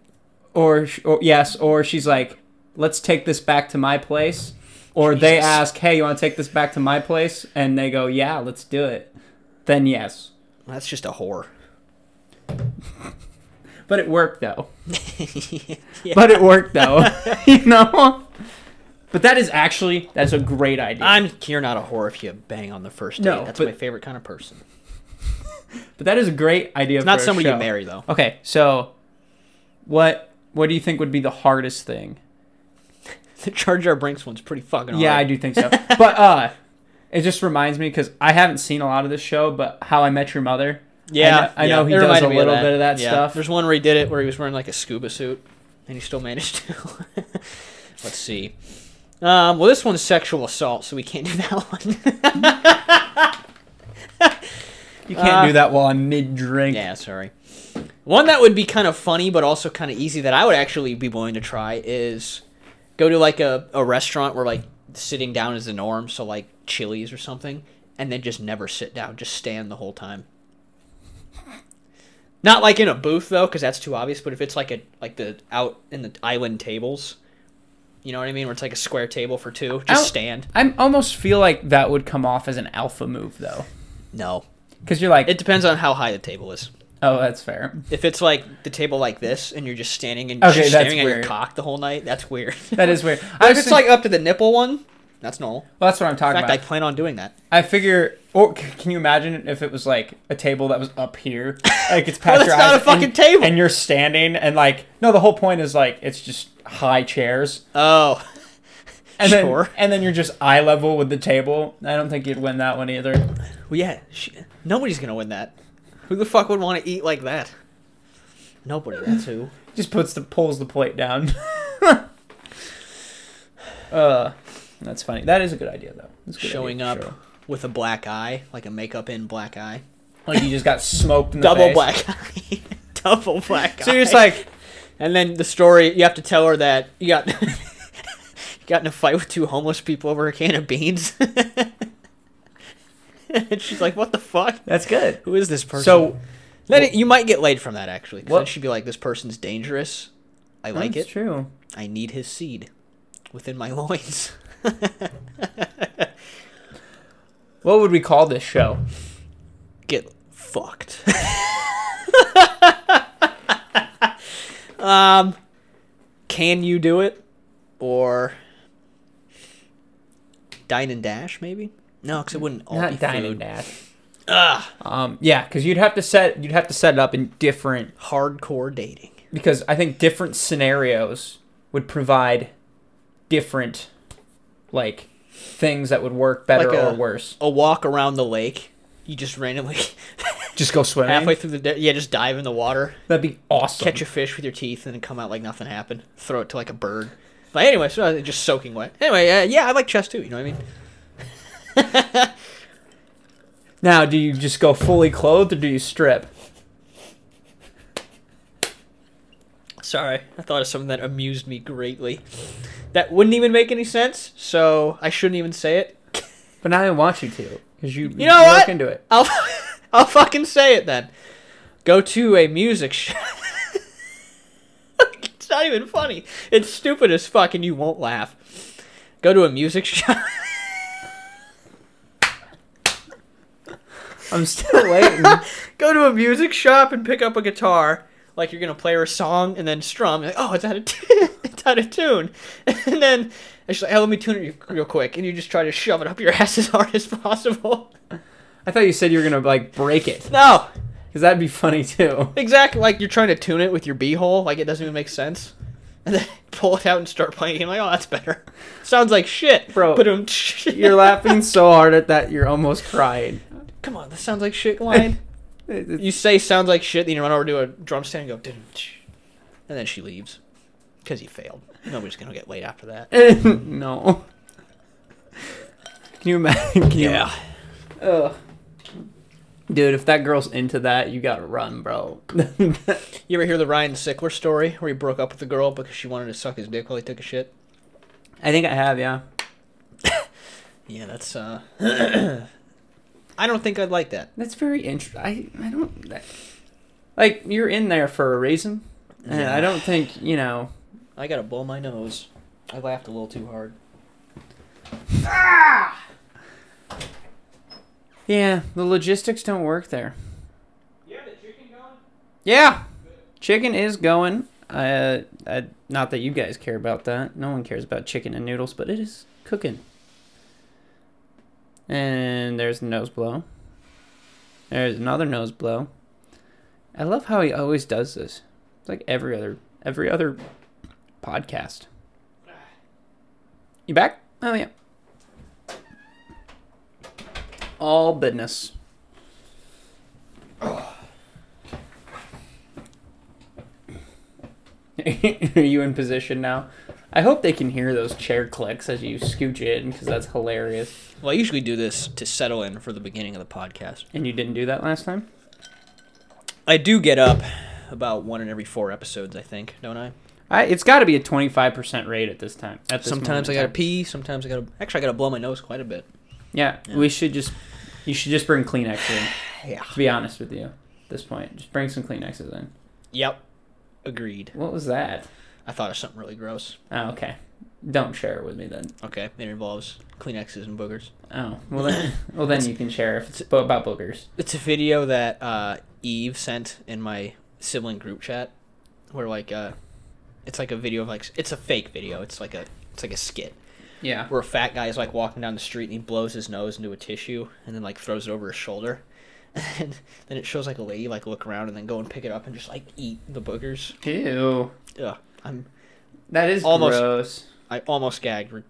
A: or, sh- or yes or she's like let's take this back to my place or they
B: Jesus.
A: ask hey you want to take this back to my place and they go yeah let's do it then yes
B: Well, that's just a whore. <laughs>
A: but it worked though but it worked though <laughs> you know but that is actually that's a great idea
B: I'm you're not a whore if you bang on the first date.
A: No,
B: that's
A: but-
B: my favorite kind of person.
A: But that is a great idea.
B: Not
A: for a
B: somebody you
A: show.
B: marry though.
A: Okay, so what what do you think would be the hardest thing?
B: The Jar Jar Brinks one's pretty fucking.
A: Yeah, I
B: hard.
A: do think so.
B: <laughs>
A: but uh, it just reminds me because I haven't seen a lot of this show, but How I Met Your Mother. I kn- I know he
B: it
A: does
B: reminded
A: a
B: me
A: little bit of that stuff.
B: There's one where he did it where he was wearing like a scuba suit, and he still managed to. <laughs> Let's see. Um, well, this one's sexual assault, so we can't do that <laughs> one.
A: You
B: can't do
A: that while I'm mid drink.
B: Uh, Yeah, sorry. One that would be kind of funny, but also kind of easy that I would actually be willing to try is go to like a, a restaurant where like sitting down is the norm, so like Chili's or something, and then just never sit down, just stand the whole time. Not like in a booth though, because that's too obvious. But if it's like a like the out in the island tables, you know what I mean, where it's like a square table for two, just
A: Out-
B: stand.
A: I almost feel like that would come off as an alpha move though,
B: No,
A: because you're like,
B: it depends on how high the table is.
A: oh, that's
B: <laughs>
A: fair.
B: If it's like the table like this and you're just standing and
A: Okay,
B: just
A: that's
B: staring at your
A: weird.
B: cock the whole night, that's weird. <laughs>
A: That is weird.
B: But
A: I
B: if
A: was
B: it's
A: think-
B: like up to the nipple one, that's normal.
A: well, that's what I'm
B: In
A: talking
B: fact, I
A: about.
B: plan on doing that.
A: I figure, or c- can you imagine if it was like a table that was up here, like it's past
B: <laughs> Well,
A: your
B: it's not
A: eyes
B: a fucking
A: and-
B: table.
A: and you're standing and like no, the whole point is like it's just high chairs,
B: Oh, <laughs>
A: and
B: Sure.
A: then and then you're just eye level with the table. I don't think you'd win that one either.
B: well, yeah. Sh- nobody's gonna win that. Who the fuck would want to eat like that? Nobody. That's who.
A: Just puts the pulls the plate down. <laughs> uh, that's funny. That is a good idea though. That's a good idea
B: Showing
A: for
B: up
A: sure.
B: with a black eye, like a makeup in black eye,
A: like you just got smoked in the
B: double
A: face.
B: black <laughs> eye, double black eye.
A: So you're just like,
B: And then the story, you have to tell her that you got <laughs> you got in a fight with two homeless people over a can of beans. <laughs> and she's like, "What the fuck?
A: that's good.
B: Who is this person?"
A: So
B: then it, you might get laid from that actually. 'cause
A: What-
B: Then she'd be like, "This person's dangerous. I like
A: that's
B: it.
A: True.
B: I need his seed within my <laughs> loins."
A: What would we call this show?
B: Get fucked. <laughs> um, can you do it? Or dine and dash, maybe? No, because it wouldn't all be
A: Not dine
B: food.
A: and dash.
B: Ugh,
A: Um, yeah, because you'd have to set you'd have to set it up in different
B: hardcore dating.
A: because I think different scenarios would provide different like things that would work better
B: Like a-
A: or worse.
B: A walk around the lake. You just randomly <laughs>
A: Just go swimming.
B: halfway through the day, yeah, just dive in the water,
A: That'd be awesome.
B: catch a fish with your teeth, and then come out like nothing happened. Throw it to like a bird. But anyway, so uh, just soaking wet. Anyway, uh, yeah, I like chess too. You know what I mean?
A: Now, do you just go fully clothed or do you strip?
B: Sorry, I thought of something that amused me greatly. That wouldn't even make any sense, so I shouldn't even say it.
A: But now I want you to because you
B: You know what?
A: look into it.
B: I'll, <laughs> I'll fucking say it then. Go to a music show. <laughs> it's not even funny. It's stupid as fuck, and you won't laugh. Go to a music <laughs> show.
A: I'm still waiting.
B: go to a music shop and pick up a guitar like you're gonna play her a song and then strum like oh it's out of tune <laughs> it's out of tune <laughs> and then and she's like oh let me tune it re- real quick and you just try to shove it up your <laughs> ass as hard as possible <laughs>
A: I thought you said you were gonna like break it
B: no
A: because that'd be funny
B: <laughs>
A: too.
B: exactly like you're trying to tune it with your beehole like it doesn't even make sense and then <laughs> pull it out and start playing it. I'm like oh that's better <laughs> sounds like shit
A: Bro,
B: but <laughs> um
A: You're laughing so hard at that you're almost crying.
B: come on this sounds like
A: <laughs>
B: shit line
A: It- it-
B: you say sounds like shit, then you run over to a drum stand and go, "Dun-tsh," and then she leaves because you failed. Nobody's gonna get laid after that.
A: <laughs> no. Can you imagine? <laughs> Can You, Ugh. Dude, if that girl's into that, you gotta run, bro. <laughs>
B: You ever hear the Ryan Sickler story where he broke up with the girl because she wanted to suck his dick while he took a shit?
A: I think I have, yeah.
B: Yeah, that's. uh <clears throat> I don't think I'd like that.
A: That's very interesting. I, I don't. That, like, you're in there for a reason. And I don't think, you know.
B: I gotta blow my nose. I laughed a little too hard.
A: Yeah, the logistics don't work there.
B: Yeah, the chicken gone.
A: Yeah! Chicken is going. Uh, I, not that you guys care about that. No one cares about chicken and noodles, but it is cooking. And there's the nose blow. There's another nose blow. I love how he always does this. It's like every other every other podcast. You back? Oh yeah. All <laughs> business. Are you in position now? I hope they can hear those chair clicks as you scooch in because that's hilarious.
B: Well, I usually do this to settle in for the beginning of the podcast.
A: And you didn't do that last time?
B: I do get up about one in every four episodes, I think, don't I?
A: I, it's got to be a 25% rate at this time. At this
B: Sometimes
A: moment
B: I
A: in
B: gotta
A: time.
B: pee. Sometimes I gotta. Actually, I gotta blow my nose quite a bit. <sighs>
A: Yeah, we should just. You should just bring Kleenex in,
B: Yeah.
A: to be honest with you, at this point. Just bring some Kleenexes in.
B: Yep. Agreed.
A: What was that?
B: I thought of something really gross.
A: Oh, okay. Don't share it with me then.
B: Okay, it involves Kleenexes and boogers.
A: Oh, well <coughs> then, well then you can share if it's bo- about boogers.
B: It's a video that uh, Eve sent in my sibling group chat, where like uh, it's like a video of like s- it's a fake video. It's like a it's like a skit
A: Yeah.
B: where a fat guy is like walking down the street and he blows his nose into a tissue and then like throws it over his shoulder. <laughs> And then it shows like a lady like look around and then go and pick it up and just like eat the boogers.
A: Ew.
B: Ugh, I'm
A: That is
B: Almost.
A: gross.
B: I almost gagged re-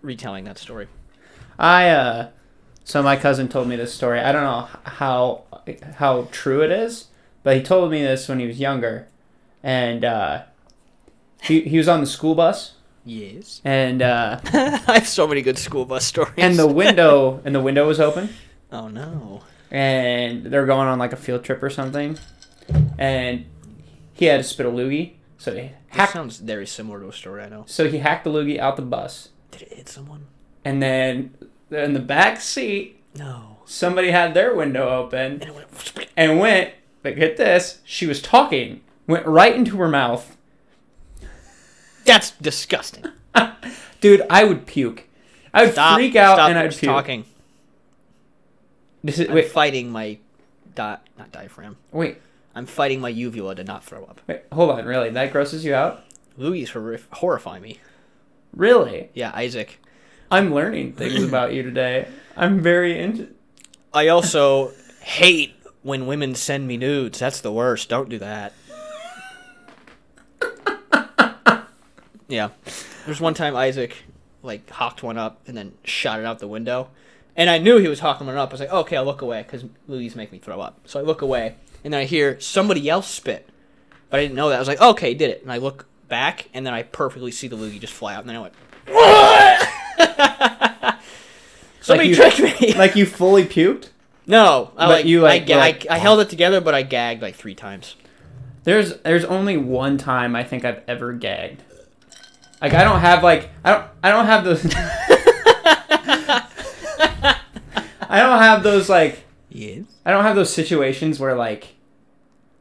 B: retelling that story.
A: I uh so my cousin told me this story. I don't know how how true it is, but he told me this when he was younger. And uh he he was on the school bus
B: Yes.
A: and uh
B: <laughs> I have so many good school bus stories.
A: and <laughs> the window and the window was open
B: <laughs> oh no,
A: and they're going on like a field trip or something. And he had to spit a loogie, so he
B: that
A: hacked
B: sounds very similar to a story I know.
A: so he hacked the loogie out the bus
B: Did it hit someone?
A: and then in the back seat
B: No.
A: somebody had their window open
B: And it went. <laughs>
A: and went, like, get this, she was talking, went right into her mouth.
B: That's disgusting.
A: Dude, I would puke. I would
B: Stop.
A: <laughs> freak out
B: stop
A: and I'd
B: just
A: puke.
B: talking.
A: This is,
B: I'm
A: wait,
B: fighting my di- not diaphragm.
A: Wait,
B: I'm fighting my uvula to not throw up.
A: wait, hold on. Really, that grosses you out?
B: Louis horrif- horrify me.
A: Really?
B: Yeah, Isaac.
A: I'm learning
B: <laughs>
A: things about you today. I'm very in-
B: I also hate when women send me nudes. That's the worst. Don't do that. yeah. There's one time Isaac like hawked one up and then shot it out the window. And I knew he was hawking one up. I was like, okay, I'll look away because Louise make me throw up. So I look away and then I hear somebody else spit. But I didn't know that. I was like, okay, he did it. And I look back and then I perfectly see the loogie just fly out. And then I went, <laughs> what? <laughs> somebody
A: you-
B: tricked me.
A: like you fully puked.
B: No, I
A: But
B: like
A: you,
B: you
A: like,
B: I,
A: were
B: ga-
A: like,
B: I, I held it together, but I gagged like three times.
A: There's there's only one time I think I've ever gagged. Like I don't have like I don't I don't have those <laughs> I don't have those like
B: Yes.
A: I don't have those situations where like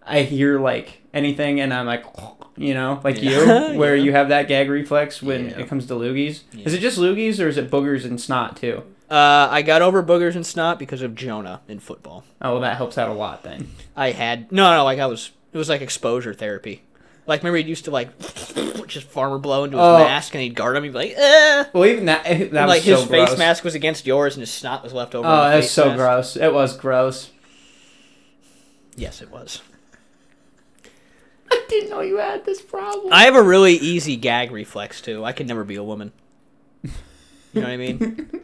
A: I hear like anything and I'm like <laughs> you know like
B: Yeah. <laughs>
A: you where
B: Yeah.
A: you have that gag reflex when
B: Yeah.
A: it comes to loogies. Is
B: Yeah.
A: it just loogies or is it boogers and snot too?
B: Uh, I got over boogers and snot because of Jonah in football.
A: Oh, well that helps out a lot then.
B: I had no, no, like I was. It was like exposure therapy. Like remember, he used to like <laughs> just farmer blow into his
A: Oh.
B: mask, and he'd guard him. He'd be like, eh.
A: Well, even that that
B: And,
A: was
B: like
A: so
B: his face
A: gross.
B: mask was against yours, and his snot was left over.
A: Oh,
B: on the
A: that's
B: face
A: so
B: mask.
A: gross. It was gross.
B: Yes, it was.
A: <laughs> I didn't know you had this problem.
B: I have a really easy gag reflex too. I could never be a woman. You know what I mean?
A: <laughs>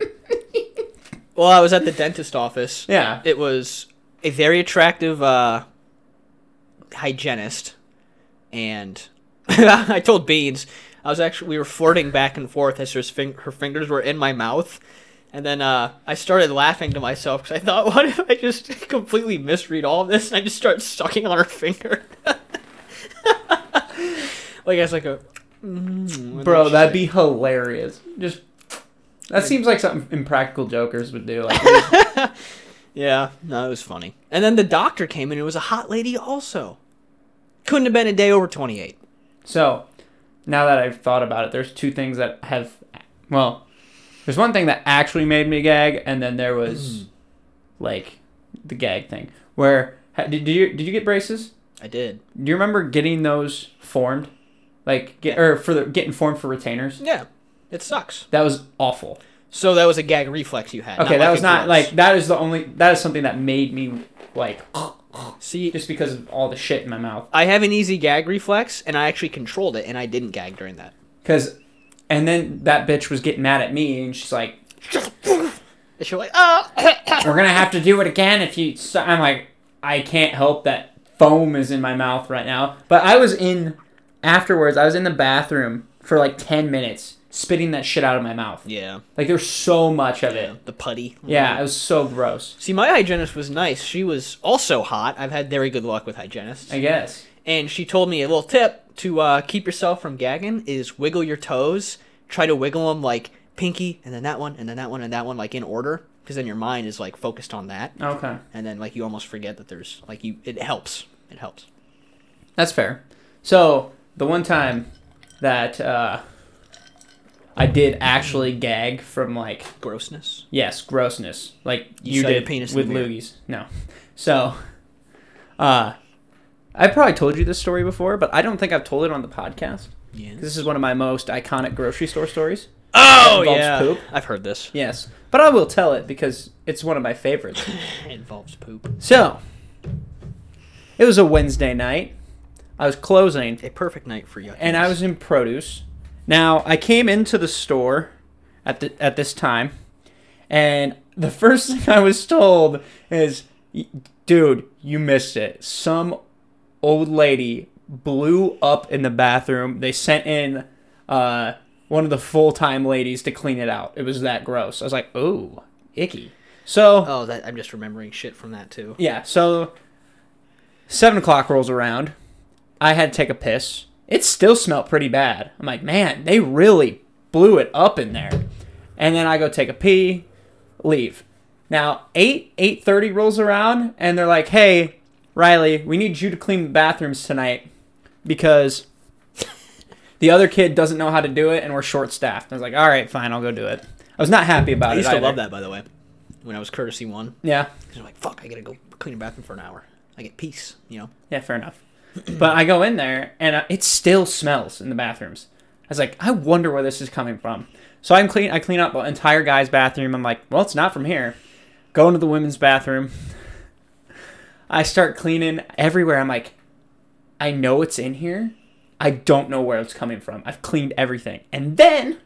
B: well, I was at the dentist office.
A: yeah.
B: it was a very attractive uh, hygienist, and <laughs> I told Beans I was actually we were flirting back and forth as her fing- her fingers were in my mouth, and then uh, I started laughing to myself because I thought, <laughs> what if I just completely misread all of this and I just start sucking on her finger? <laughs> like I was like a mm-hmm.
A: Bro, that'd be hilarious. Just that seems like something impractical jokers would do.
B: <laughs>
A: Like,
B: Yeah, no, it was funny. And then the doctor came in. It was a hot lady also. Couldn't have been a day over twenty eight.
A: so, now that I've thought about it, there's two things that have, well, there's one thing that actually made me gag, and then there
B: <clears throat>
A: was like the gag thing. Where ha- did, did you did you get braces?
B: I did.
A: Do you remember getting those formed, like get, or for the getting formed for retainers?
B: Yeah, it sucks.
A: That was awful.
B: So that was a gag reflex you had.
A: Okay, that
B: like
A: was
B: a
A: not
B: gross.
A: like that is the only that is something that made me like
B: See,
A: just because of all the shit in my mouth.
B: I have an easy gag reflex, and I actually controlled it, and I didn't gag during that.
A: Cause, and then that bitch was getting mad at me, and she's like,
B: And she was like, oh,
A: "We're gonna have to do it again if you." So I'm like, I can't help that foam is in my mouth right now. But I was in afterwards. I was in the bathroom for like ten minutes, spitting that shit out of my mouth.
B: yeah,
A: Like there's so much of
B: yeah,
A: it.
B: the putty.
A: Yeah, it was so gross.
B: See, my hygienist was nice. She was also hot. I've had very good luck with hygienists.
A: I guess.
B: and she told me a little tip to uh, keep yourself from gagging is wiggle your toes. Try to wiggle them like pinky, and then that one, and then that one, and that one, like in order, because then your mind is like focused on that,
A: Okay,
B: and then like you almost forget that there's like you. It helps. It helps.
A: that's fair. So the one time that uh, I did actually gag from like
B: Grossness.
A: Yes, grossness. Like
B: You
A: you,
B: saw
A: did
B: your penis in
A: with
B: the mirror.
A: loogies. No. So uh I probably told you this story before, but I don't think I've told it on the podcast.
B: Yeah.
A: 'Cause This is one of my most iconic grocery store stories.
B: Oh
A: involves
B: yeah.
A: poop.
B: I've heard this.
A: Yes. But I will tell it because it's one of my favorites.
B: <laughs> It involves poop.
A: so it was a Wednesday night. I was closing
B: A perfect night for you.
A: and I was in produce. Now I came into the store at the at this time, and the <laughs> first thing I was told is, "Y- "Dude, you missed it. Some old lady blew up in the bathroom. They sent in uh, one of the full time ladies to clean it out. It was that gross." I was like, "Ooh, icky." So
B: Oh, that I'm just remembering shit from that too.
A: yeah, so seven o'clock rolls around. I had to take a piss. It still smelled pretty bad. I'm like, man, they really blew it up in there. And then I go take a pee, leave. Now eight eight thirty rolls around, and they're like, hey, Riley, we need you to clean the bathrooms tonight because <laughs> the other kid doesn't know how to do it, and we're short staffed. I was like, all right, fine, I'll go do it. I was not happy about
B: I
A: it.
B: used to
A: either.
B: love that, by the way. when I was courtesy one.
A: Yeah.
B: Because I'm like, fuck, I gotta go clean the bathroom for an hour. I get peace, you know.
A: Yeah, fair enough. but I go in there and uh, it still smells in the bathrooms. I was like, I wonder where this is coming from. So I'm clean. I clean up the entire guy's bathroom. I'm like, well, it's not from here. Go into the women's bathroom. I start cleaning everywhere. I'm like, I know it's in here. I don't know where it's coming from. I've cleaned everything. And then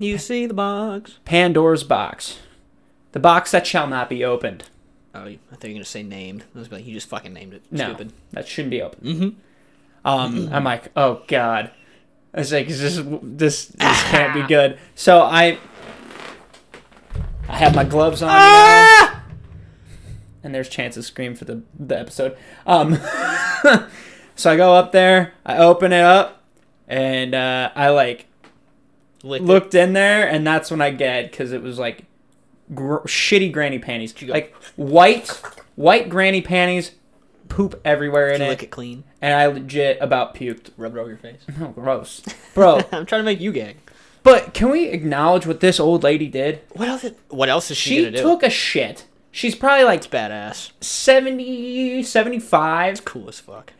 B: You see the box.
A: Pandora's box. The box that shall not be opened.
B: Oh, I thought you were gonna say named. I was like, you just fucking named it.
A: No,
B: Stupid.
A: that shouldn't be open.
B: Mm-hmm.
A: Um, I'm like, oh god. I was like, is this this this
B: Ah!
A: can't be good. So I I have my gloves on, now,
B: Ah!
A: and there's chance of scream for the the episode. Um, <laughs> so I go up there, I open it up, and uh, I like
B: Licked it.
A: looked in there, and that's when I get because it was like gr- shitty granny panties,
B: you go-
A: like white white granny panties, poop everywhere in
B: Did you
A: it,
B: lick it clean.
A: and I legit about puked. <laughs>
B: Rub it over your face.
A: Oh, gross, bro.
B: I'm trying to make you gag.
A: But can we acknowledge what this old lady did?
B: What else? What else is she,
A: She
B: gonna
A: took a shit. She's probably like
B: do? Badass.
A: 70, 75.
B: Cool as fuck.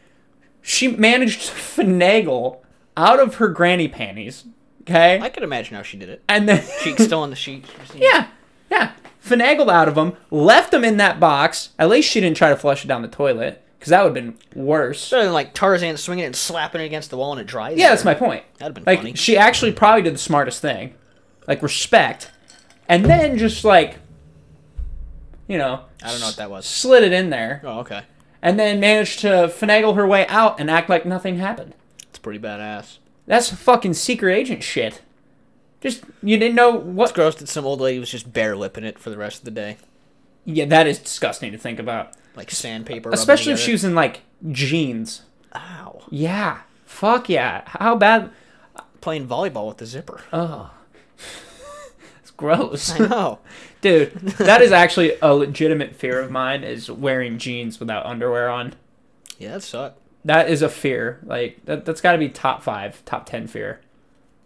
A: She managed to finagle out of her granny panties. Okay?
B: I could imagine how <laughs> she did it.
A: and then.
B: Cheeks still on the sheet.
A: <laughs> yeah, yeah. Finagled out of them, left them in that box. At least she didn't try to flush it down the toilet, because that would have been worse.
B: Better than like Tarzan swinging it and slapping it against the wall and it dries.
A: Yeah, that's my point.
B: That'd been
A: Like
B: funny.
A: she actually probably did the smartest thing, like respect, and then just like, you know,
B: I don't know what that was.
A: Slid it in there,
B: Oh, okay.
A: and then managed to finagle her way out and act like nothing happened.
B: It's pretty badass.
A: That's fucking secret agent shit. Just you didn't know what.
B: It's gross that some old lady was just bare lipping it for the rest of the day,
A: Yeah, that is disgusting to think about,
B: like sandpaper. rubbing
A: especially if she
B: together.
A: was in like jeans.
B: ow
A: Yeah, fuck yeah. How bad?
B: playing volleyball with the zipper.
A: Oh, <laughs> it's gross.
B: I know.
A: Dude, that is actually a legitimate fear of mine is wearing jeans without underwear on.
B: Yeah, that sucked.
A: That is a fear. Like that that's got to be top 5, top 10 fear.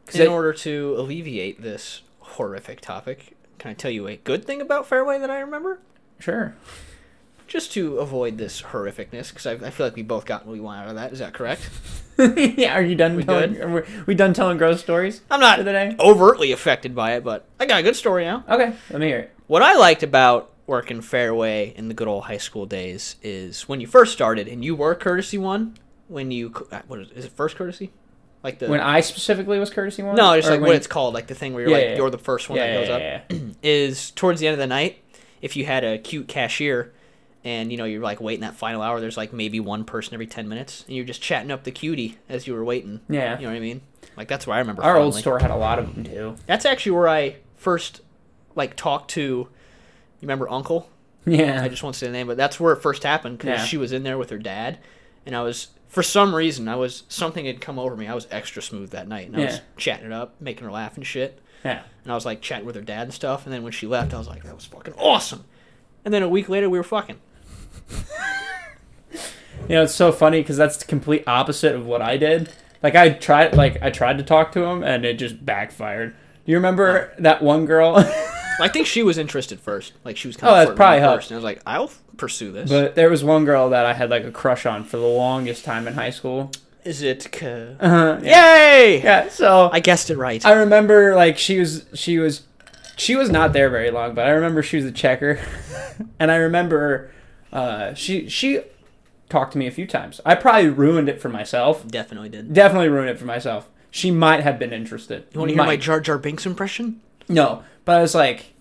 A: 'Cause
B: In
A: it-
B: order to alleviate this horrific topic, can I tell you a good thing about Fairway that I remember?
A: sure.
B: Just to avoid this horrificness, because I, I feel like we both got what we want out of that. Is that correct?
A: <laughs> yeah, are you done we telling
B: good?
A: are we, we done telling gross stories?
B: I'm not
A: For the day?
B: overtly affected by it, but I got a good story now.
A: Okay, let me hear it.
B: What I liked about working Fairway in the good old high school days is when you first started and you were courtesy one. When you co- uh, what is, is it first courtesy? Like the
A: When I specifically was courtesy one?
B: no, just
A: Or
B: like what
A: when-
B: it's called, like the thing where you're
A: Yeah,
B: like
A: yeah,
B: you're the first one
A: yeah,
B: that
A: yeah,
B: goes up.
A: yeah, yeah.
B: is towards the end of the night, if you had a cute cashier and you know you're like waiting that final hour, there's like maybe one person every ten minutes, and you're just chatting up the cutie as you were waiting.
A: Yeah.
B: you know what I mean. Like that's where I remember.
A: Our old
B: fondly.
A: store had a lot of them too.
B: That's actually where I first like talked to. You remember Uncle?
A: Yeah.
B: I just won't say the name, but that's where it first happened because
A: Yeah.
B: she was in there with her dad, and I was for some reason I was something had come over me. I was extra smooth that night, and I was
A: Yeah.
B: chatting it up, making her laugh and shit
A: yeah.
B: and I was like chatting with her dad and stuff. And then when she left, I was like, that was fucking awesome. And then a week later, we were fucking.
A: You know, it's so funny cuz that's the complete opposite of what I did. Like I tried like I tried to talk to him and it just backfired. Do you remember that one girl <laughs>
B: I think she was interested first. Like she was kind
A: Oh,
B: of
A: that's
B: flirting
A: probably
B: with me
A: helped.
B: first. And I was like, I'll f- pursue this.
A: But there was one girl that I had like a crush on for the longest time in high school.
B: Is it? Ca-
A: Uh-huh. Yeah.
B: Yay!
A: Yeah. So I,
B: I guessed it right.
A: remember like she was she was she was not there very long, but I remember she was a checker, <laughs> and I remember uh, she she talked to me a few times. I probably ruined it for myself.
B: Definitely did.
A: Definitely ruined it for myself. She might have been interested.
B: You want to hear my
A: Might.
B: Jar Jar Binks impression?
A: No, but I was like,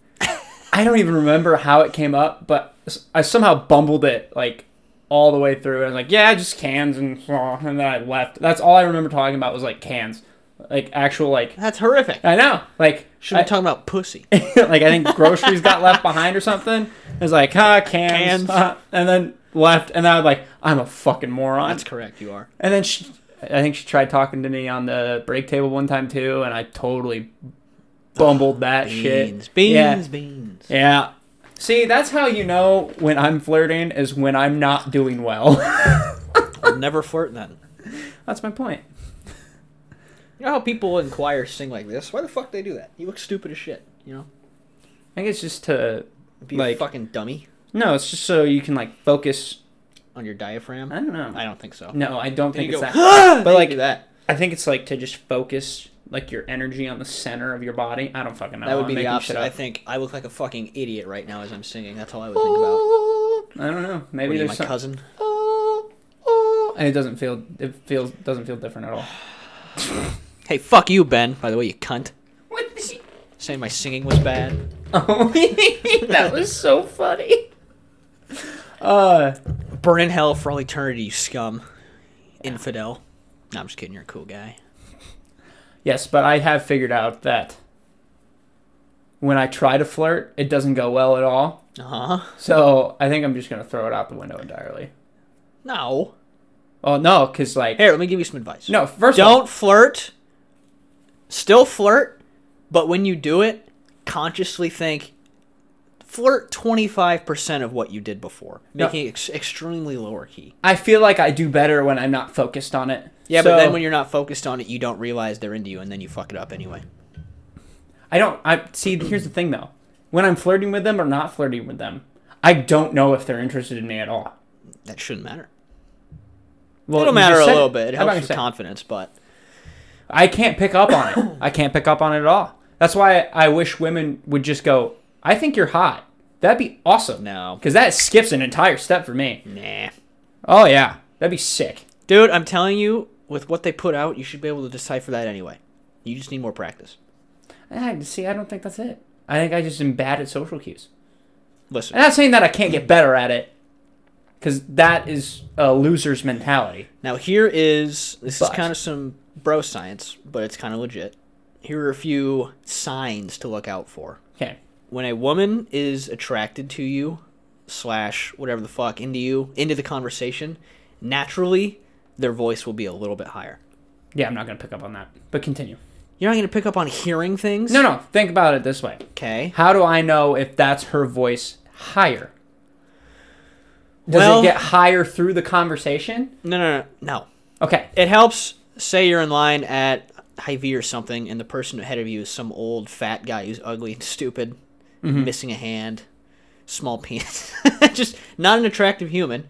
A: I don't even remember how it came up, but s- I somehow bumbled it like all the way through. I was like, yeah, just cans, and <laughs> and then I left. That's all I remember talking about was like cans, like actual like
B: That's horrific.
A: I know, like
B: Should be
A: I-
B: talking
A: <laughs>
B: about pussy.
A: like I think groceries got left behind or something. It was like, huh, cans,
B: Cans.
A: huh," and then left, and I was like, I'm a fucking moron.
B: That's correct. You are.
A: And then she, I think she tried talking to me on the break table one time too, and I totally bumbled that shit.
B: Beans, beans,
A: Yeah.
B: beans.
A: Yeah. See, that's how you know when I'm flirting is when I'm not doing well. <laughs>
B: I'll never flirt then.
A: that's my point.
B: You know how people in choirs sing like this? Why the fuck they do that? You look stupid as shit. You know.
A: I think it's just to
B: Be
A: Like-
B: a fucking dummy
A: No, it's just so you can like focus.
B: on your diaphragm.
A: I don't know.
B: I don't think so.
A: no, I don't
B: Then
A: think
B: you
A: it's
B: <gasps> go,
A: that.
B: but
A: like-
B: like that.
A: I think it's like to just focus like your energy on the center of your body. I don't fucking know.
B: That would
A: I'm
B: be the
A: making shit
B: opposite.
A: up.
B: I think I look like a fucking idiot right now as I'm singing. That's all I would think about.
A: I don't know.
B: What are
A: Maybe
B: you,
A: there's
B: my
A: some-
B: cousin?
A: and it doesn't feel it feels doesn't feel different
B: <sighs>
A: at all.
B: Hey, fuck you, Ben. By the way, you cunt.
A: What? Did she...
B: Saying my singing was bad.
A: <laughs> Oh, <laughs> that was so funny. <laughs> Uh,
B: Burn in hell for all eternity, you scum. Infidel. No, I'm just kidding. You're a cool guy.
A: yes, but I have figured out that when I try to flirt, it doesn't go well at all.
B: Uh huh.
A: So I think I'm just gonna throw it out the window entirely.
B: No.
A: Oh no, cause like
B: Here, let me give you some advice.
A: no, first of all-
B: Don't flirt. Still flirt, but when you do it, consciously think flirt 25% of what you did before,
A: No.
B: making it ex- extremely lower key.
A: I feel like I do better when I'm not focused on it.
B: Yeah, but
A: So,
B: then when you're not focused on it, you don't realize they're into you, and then you fuck it up anyway.
A: I don't. I see. Here's the thing, though. When I'm flirting with them or not flirting with them, I don't know if they're interested in me at all.
B: That shouldn't matter.
A: Well,
B: It'll
A: you
B: matter
A: just
B: a
A: said
B: little bit. It
A: I'm not
B: helps your
A: gonna say-
B: confidence, but
A: I can't pick up on it. <coughs> I can't pick up on it at all. That's why I wish women would just go. I think you're hot. That'd be awesome.
B: no.
A: Because that skips an entire step for me.
B: Nah.
A: Oh yeah, that'd be sick.
B: Dude, I'm telling you, with what they put out, you should be able to decipher that anyway. You just need more practice.
A: Ah, see, I don't think that's it. I think I just am bad at social cues.
B: Listen,
A: I'm not saying that I can't get better at it, because that is a loser's mentality.
B: now here is this
A: But-
B: is kind of some bro science, but it's kind of legit. Here are a few signs to look out for.
A: Okay.
B: When a woman is attracted to you, slash whatever the fuck, into you, into the conversation, naturally their voice will be a little bit higher.
A: Yeah, I'm not gonna pick up on that. But continue.
B: You're not going to pick up on hearing things?
A: No, no. Think about it this way.
B: Okay.
A: How do I know if that's her voice higher? Does
B: Well-
A: it get higher through the conversation?
B: No, no, no. No.
A: Okay.
B: It helps. Say you're in line at Hy-Vee or something, and the person ahead of you is some old fat guy who's ugly and stupid, missing a hand, small <laughs> penis, just not an attractive human.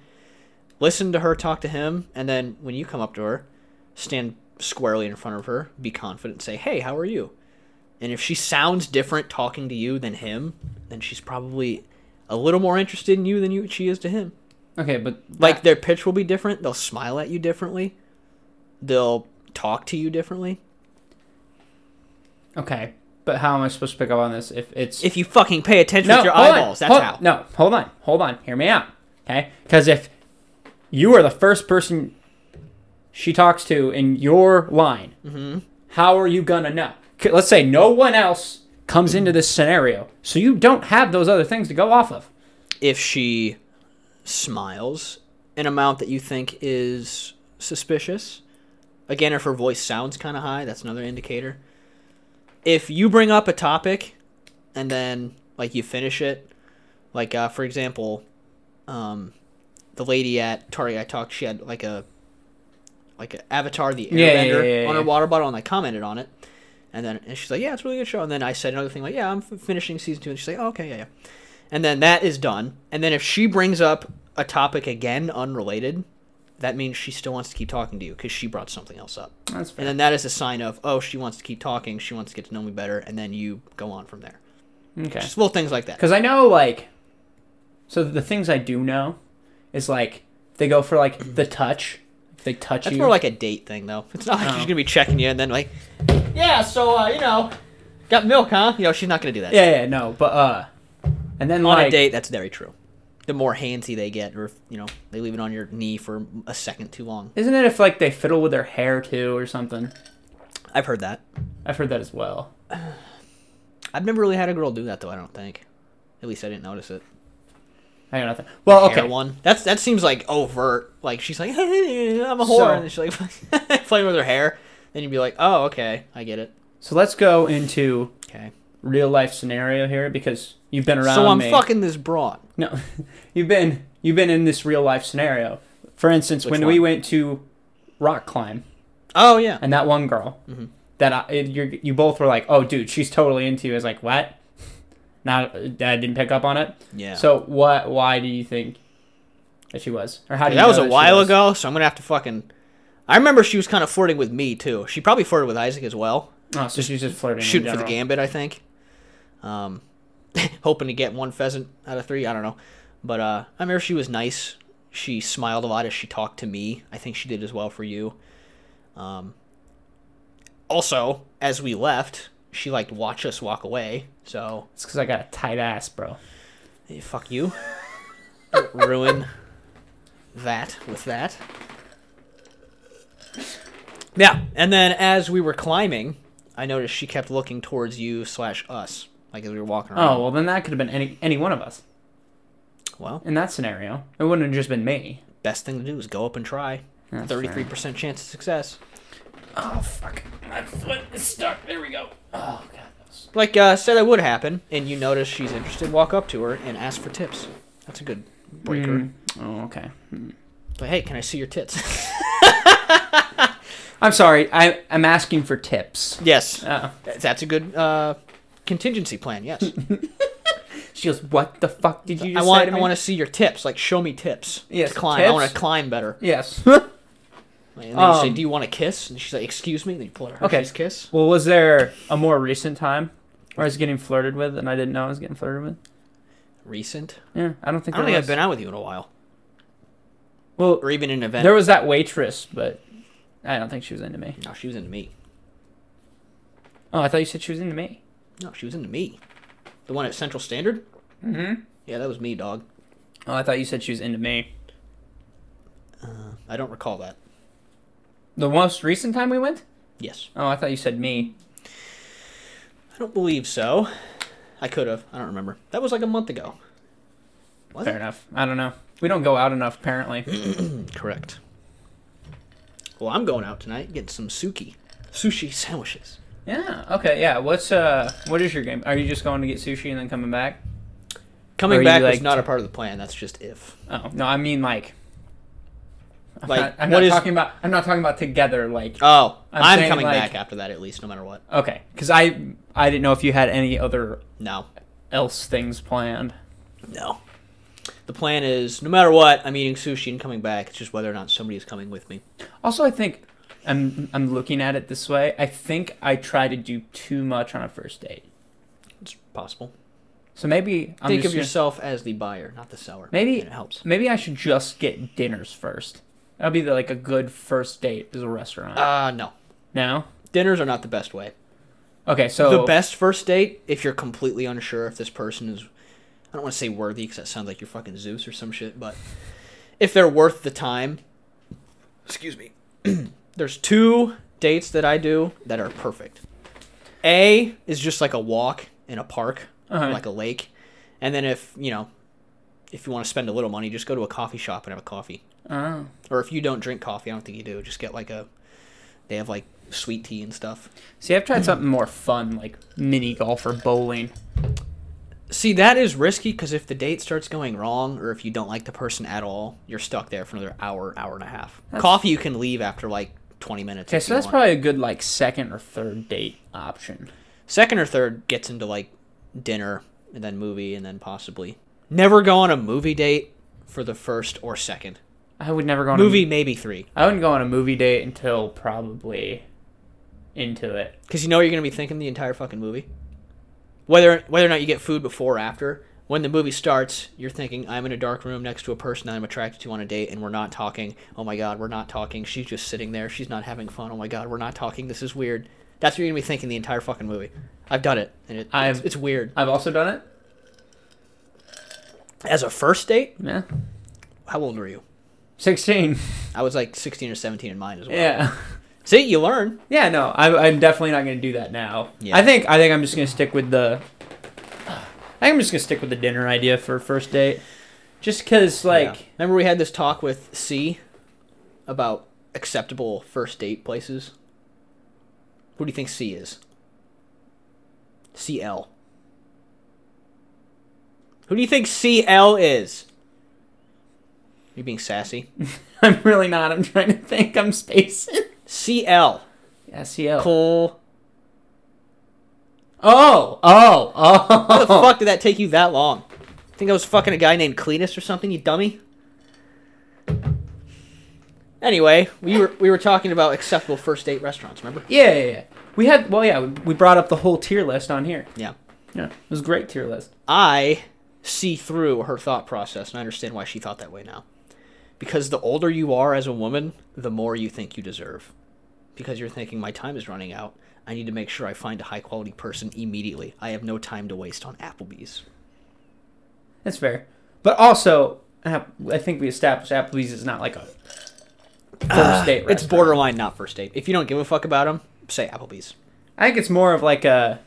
B: Listen to her talk to him, and then when you come up to her, stand squarely in front of her, be confident, say, "Hey, how are you?" And if she sounds different talking to you than him, then she's probably a little more interested in you than you she is to him.
A: Okay, but
B: Like their pitch will be different. They'll smile at you differently. They'll talk to you differently.
A: okay, but how am I supposed to pick up on this if it's
B: If you fucking pay attention with your
A: hold on,
B: eyeballs, that's
A: hold-
B: how.
A: No, hold on, hold on. Hear me out, okay? Because if you are the first person she talks to in your line,
B: Mm-hmm.
A: how are you gonna know? 'Kay, Let's say no one else comes into this scenario, so you don't have those other things to go off of.
B: If she smiles an amount that you think is suspicious, again, if her voice sounds kind of high, that's another indicator. If you bring up a topic and then like you finish it, like uh, for example, um, the lady at Target I talked, she had like a like an Avatar the Airbender
A: Yeah, yeah, yeah, yeah,
B: on her
A: yeah.
B: water bottle, and I commented on it. And then and she's like, "Yeah, it's a really good show." And then I said another thing like, "Yeah, I'm f- finishing season two. And she's like, oh, "Okay, yeah, yeah." And then that is done. And then if she brings up a topic again unrelated, that means she still wants to keep talking to you because she brought something else up.
A: That's
B: And
A: fair.
B: then that is a sign of, oh, she wants to keep talking. She wants to get to know me better. And then you go on from there.
A: Okay.
B: Just little things like that.
A: Because I know, like, so the things I do know is like they go for like the touch. If they touch
B: That's
A: you,
B: more like a date thing, though. It's not like
A: Oh.
B: she's going to be checking you and then, like, yeah, so, uh, you know, got milk, huh? You know, she's not going to do that.
A: yeah, yeah, no, but uh, and then
B: On
A: like
B: a date, that's very true. The more handsy they get, or, if, you know, they leave it on your knee for a second too long.
A: Isn't it if like they fiddle with their hair too or something?
B: I've heard that.
A: I've heard that as well.
B: I've never really had a girl do that, though, I don't think. At least I didn't notice it.
A: I got nothing. Well,
B: Hair
A: okay.
B: one. That's that seems like overt. Like she's like, <laughs> I'm a whore,
A: So-
B: and she's like <laughs> playing with her hair. Then you'd be like, oh, okay, I get it.
A: So let's go into
B: Okay.
A: real life scenario here because you've been around
B: So I'm
A: me.
B: fucking this broad.
A: No, <laughs> you've been you've been in this real life scenario. For instance,
B: Which
A: when
B: one?
A: we went to rock climb
B: Oh yeah.
A: and that one
B: Mm-hmm.
A: girl that I, it, you you both were like, "Oh, dude, she's totally into you." I was like, "What?" Not I didn't pick up on it.
B: Yeah.
A: So what? Why do you think that she was, or how do you?
B: that
A: know
B: was a
A: she
B: while
A: was?
B: ago, so I'm gonna have to fucking. I remember she was kind of flirting with me too. She probably flirted with Isaac as well,
A: Oh, so she's just flirting. in
B: shooting for the
A: general.
B: gambit, I think. Um, <laughs> hoping to get one pheasant out of three. I don't know, but uh, I remember she was nice. She smiled a lot as she talked to me. I think she did as well for you. Um, also, as we left, she liked to watch us walk away. So
A: It's because I got a tight ass, bro.
B: Hey, fuck you. Don't ruin that with that. Yeah, and then as we were climbing, I noticed she kept looking towards you slash us, like as we were walking around.
A: Oh well, then that could have been any any one of us Oh.
B: well,
A: in that scenario. It wouldn't have just been me.
B: best thing to do is go up and try.
A: That's
B: Thirty-three percent chance of success.
A: Oh fuck, my foot is stuck. There we go. Oh god, that was...
B: Like uh, said, that would happen, and you notice she's interested. Walk up to her and ask for tips. That's a good breaker.
A: Mm. Oh okay. Mm.
B: But hey, can I see your tits? <laughs>
A: I'm sorry. I I'm asking for tips.
B: yes,
A: Oh.
B: that's a good uh, contingency plan. Yes.
A: She goes, "What the fuck did you just
B: I
A: say
B: want
A: to
B: I
A: me?"
B: want to see your tips. Like show me tips.
A: Yes,
B: to climb. I
A: tips.
B: want to climb better.
A: <laughs> Yes.
B: And then you say,
A: Um,
B: "Do you want to kiss?" And she's like, "Excuse me." And then you pull out her
A: Okay.
B: Hershey's kiss.
A: well, was there a more recent time where I was getting flirted with and I didn't know I was getting flirted with?
B: Recent.
A: Yeah, I don't think.
B: I don't
A: there was.
B: think I've been out with you in a while,
A: Well,
B: or even in an event.
A: there was that waitress, but I don't think she was into me.
B: no, she was into me.
A: Oh, I thought you said she was into me.
B: No, she was into me. The one at Central Standard.
A: Mm-hmm.
B: Yeah, that was me, dog.
A: Oh, I thought you said she was into me.
B: Uh, I don't recall that.
A: The most recent time we went?
B: Yes,
A: Oh, I thought you said me.
B: I don't believe so. I could have. I don't remember. That was like a month ago. Was
A: Fair enough. I don't know. We don't go out enough,
B: <clears throat>
A: apparently.
B: it? Hmm, Correct. Well, I'm going out tonight getting some suki, sushi sandwiches.
A: yeah. Okay. Yeah. What's uh? What is your game? Are you just going to get sushi and then coming back? Or
B: Coming
A: you
B: back was
A: like
B: not
A: to-
B: a part of the plan. That's just if.
A: Oh no, I mean like. I'm
B: Like,
A: not, I'm
B: what
A: not
B: is-
A: talking about. I'm not talking about together. Like
B: Oh,
A: I'm
B: I'm,
A: saying,
B: coming
A: like-
B: back after that at least, no matter what.
A: okay, because I I didn't know if you had any other
B: No,
A: else things planned.
B: no. The plan is no matter what, I'm eating sushi and coming back. It's just whether or not somebody is coming with me.
A: Also, I think I'm I'm looking at it this way. I think I try to do too much on a first date.
B: It's possible.
A: So maybe I'm
B: Think
A: just
B: of
A: gonna-
B: yourself as the buyer, not the seller.
A: Maybe-
B: And it helps.
A: Maybe I should just get dinners first. That'll be the, like a good first date is a restaurant.
B: Uh no.
A: now,
B: Dinners are not the best way.
A: okay, so
B: The best first date, if you're completely unsure if this person is, I don't want to say worthy because that sounds like you're fucking Zeus or some shit, but if they're worth the time, excuse me. <clears throat> There's two dates that I do that are perfect. A is just like a walk in a park,
A: Uh-huh.
B: like a lake, and then if you know, if you want to spend a little money, just go to a coffee shop and have a coffee.
A: Oh.
B: Or if you don't drink coffee, I don't think you do. Just get like a, they have like sweet tea and stuff.
A: see, I've tried something more fun like mini golf or bowling.
B: See, that is risky because if the date starts going wrong or if you don't like the person at all, you're stuck there for another hour, hour and a half. Coffee you can leave after like 20 minutes.
A: Okay,
B: if
A: so
B: you
A: that's
B: want.
A: probably a good like second or third date option.
B: Second or third gets into like dinner and then movie and then possibly. Never go on a movie date for the first or second.
A: I would never go on
B: Movie,
A: A,
B: maybe three.
A: I wouldn't go on a movie date until probably into it.
B: Because you know you're going to be thinking the entire fucking movie. Whether, whether or not you get food before or after. When the movie starts, you're thinking, I'm in a dark room next to a person that I'm attracted to on a date, and we're not talking. Oh my God, we're not talking. She's just sitting there. She's not having fun. Oh my God, we're not talking. This is weird. That's what you're going to be thinking the entire fucking movie. I've done it, and it, it's,
A: I've-
B: it's weird.
A: I've also done it.
B: As a first date,
A: Yeah,
B: how old were you?
A: sixteen.
B: I was like 16 or 17 in mine as well.
A: Yeah.
B: See, you learn.
A: Yeah, no, I'm, I'm definitely not going to do that now.
B: Yeah.
A: I think I think I'm just going to stick with the. I think I'm just going to stick with the dinner idea for first date, just because like
B: Yeah. remember we had this talk with C about acceptable first date places. Who do you think C is? CL. Who do you think CL is? You being sassy?
A: <laughs> I'm really not. I'm trying to think. I'm spacing.
B: CL.
A: SEL.
B: Cole.
A: Oh, oh, oh.
B: How the fuck did that take you that long? Think I was fucking a guy named Cletus or something, you dummy? Anyway, we were we were talking about acceptable first date restaurants, remember?
A: Yeah, yeah, yeah. We had, well, yeah, we- we brought up the whole tier list on here.
B: Yeah.
A: Yeah, it was a great tier list.
B: I see through her thought process and I understand why she thought that way now. Because the older you are as a woman, the more you think you deserve. Because you're thinking my time is running out. I need to make sure I find a high quality person immediately. I have no time to waste on Applebee's.
A: That's fair. But also, App- I think we established Applebee's is not like a first date.
B: Ah, It's
A: restaurant.
B: borderline not first date. If you don't give a fuck about them, say Applebee's.
A: I think it's more of like a,